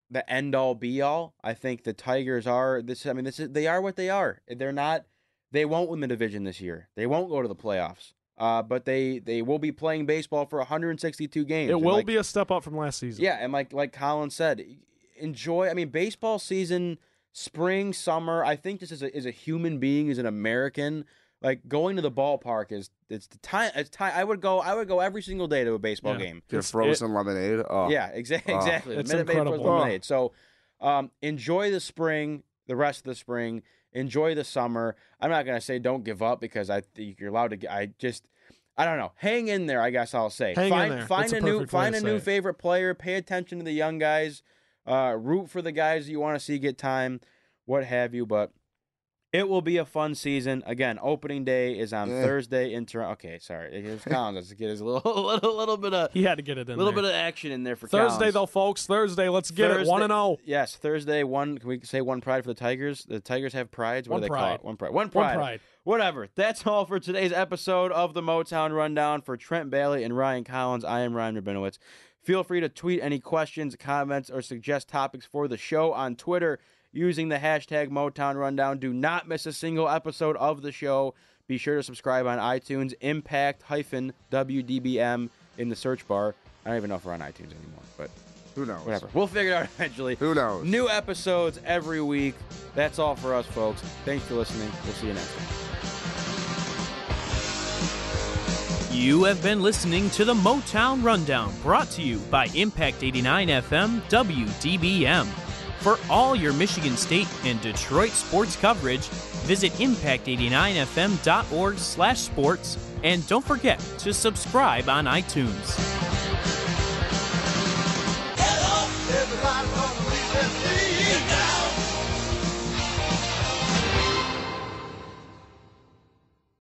S2: the end all be all. I think the Tigers are this I mean this is they are what they are. They're not they won't win the division this year. They won't go to the playoffs. Uh, but they they will be playing baseball for 162 games.
S3: It
S2: And,
S3: will
S2: like,
S3: be a step up from last season.
S2: yeah, and like like Colin said, e, enjoy. I mean, baseball season, spring, summer. I think this is a, is a human being, as an American. Like going to the ballpark is it's the time. It's time. I would go. I would go every single day to a baseball
S3: Yeah.
S2: game.
S4: Get
S3: It's-
S4: frozen lemonade. Oh.
S2: Yeah, exa-
S4: Oh.
S2: exactly.
S3: It's
S2: Minute Maid Frozen
S3: incredible.
S2: Lemonade. So, um, enjoy the spring, the rest of the spring. Enjoy the summer. I'm not gonna say don't give up because I think you're allowed to. g- I just, I don't know. Hang in there. I guess I'll say.
S3: Hang in
S2: find
S3: there.
S2: find
S3: That's a
S2: a new
S3: perfect way
S2: find
S3: to
S2: a
S3: say
S2: new
S3: it.
S2: favorite player. Pay attention to the young guys. Uh, root for the guys that you want to see get time, what have you. But it will be a fun season. Again, opening day is on
S4: Yeah.
S2: Thursday in Toronto. Okay, sorry. It was Collins. Let's get his little little little bit of
S3: He had to get it in.
S2: a little
S3: there.
S2: bit of action in there for
S3: Thursday
S2: Collins.
S3: though, folks. Thursday, let's get it.
S2: Thursday-
S3: One and oh. zero.
S2: Yes, Thursday. One. Can we say one pride for the Tigers? The Tigers have prides. What
S3: One
S2: do they call
S3: pride.
S2: it? One pride. One
S3: One
S2: pride.
S3: pride.
S2: Whatever. That's all for today's episode of the Motown Rundown for Trent Bailey and Ryan Collins. I am Ryan Rabinowitz. Feel free to tweet any questions, comments, or suggest topics for the show on Twitter using the hashtag Motown Rundown. Do not miss a single episode of the show. Be sure to subscribe on iTunes, impact hyphen WDBM in the search bar. I don't even know if we're on iTunes anymore, but
S4: Who knows?
S2: whatever. We'll figure it out eventually.
S4: Who knows?
S2: New episodes every week. That's all for us, folks. Thanks for listening. We'll see you next time.
S1: You have been listening to the Motown Rundown, brought to you by Impact 89 FM WDBM. For all your Michigan State and Detroit sports coverage, visit impact89fm.org/sports and don't forget to subscribe on iTunes.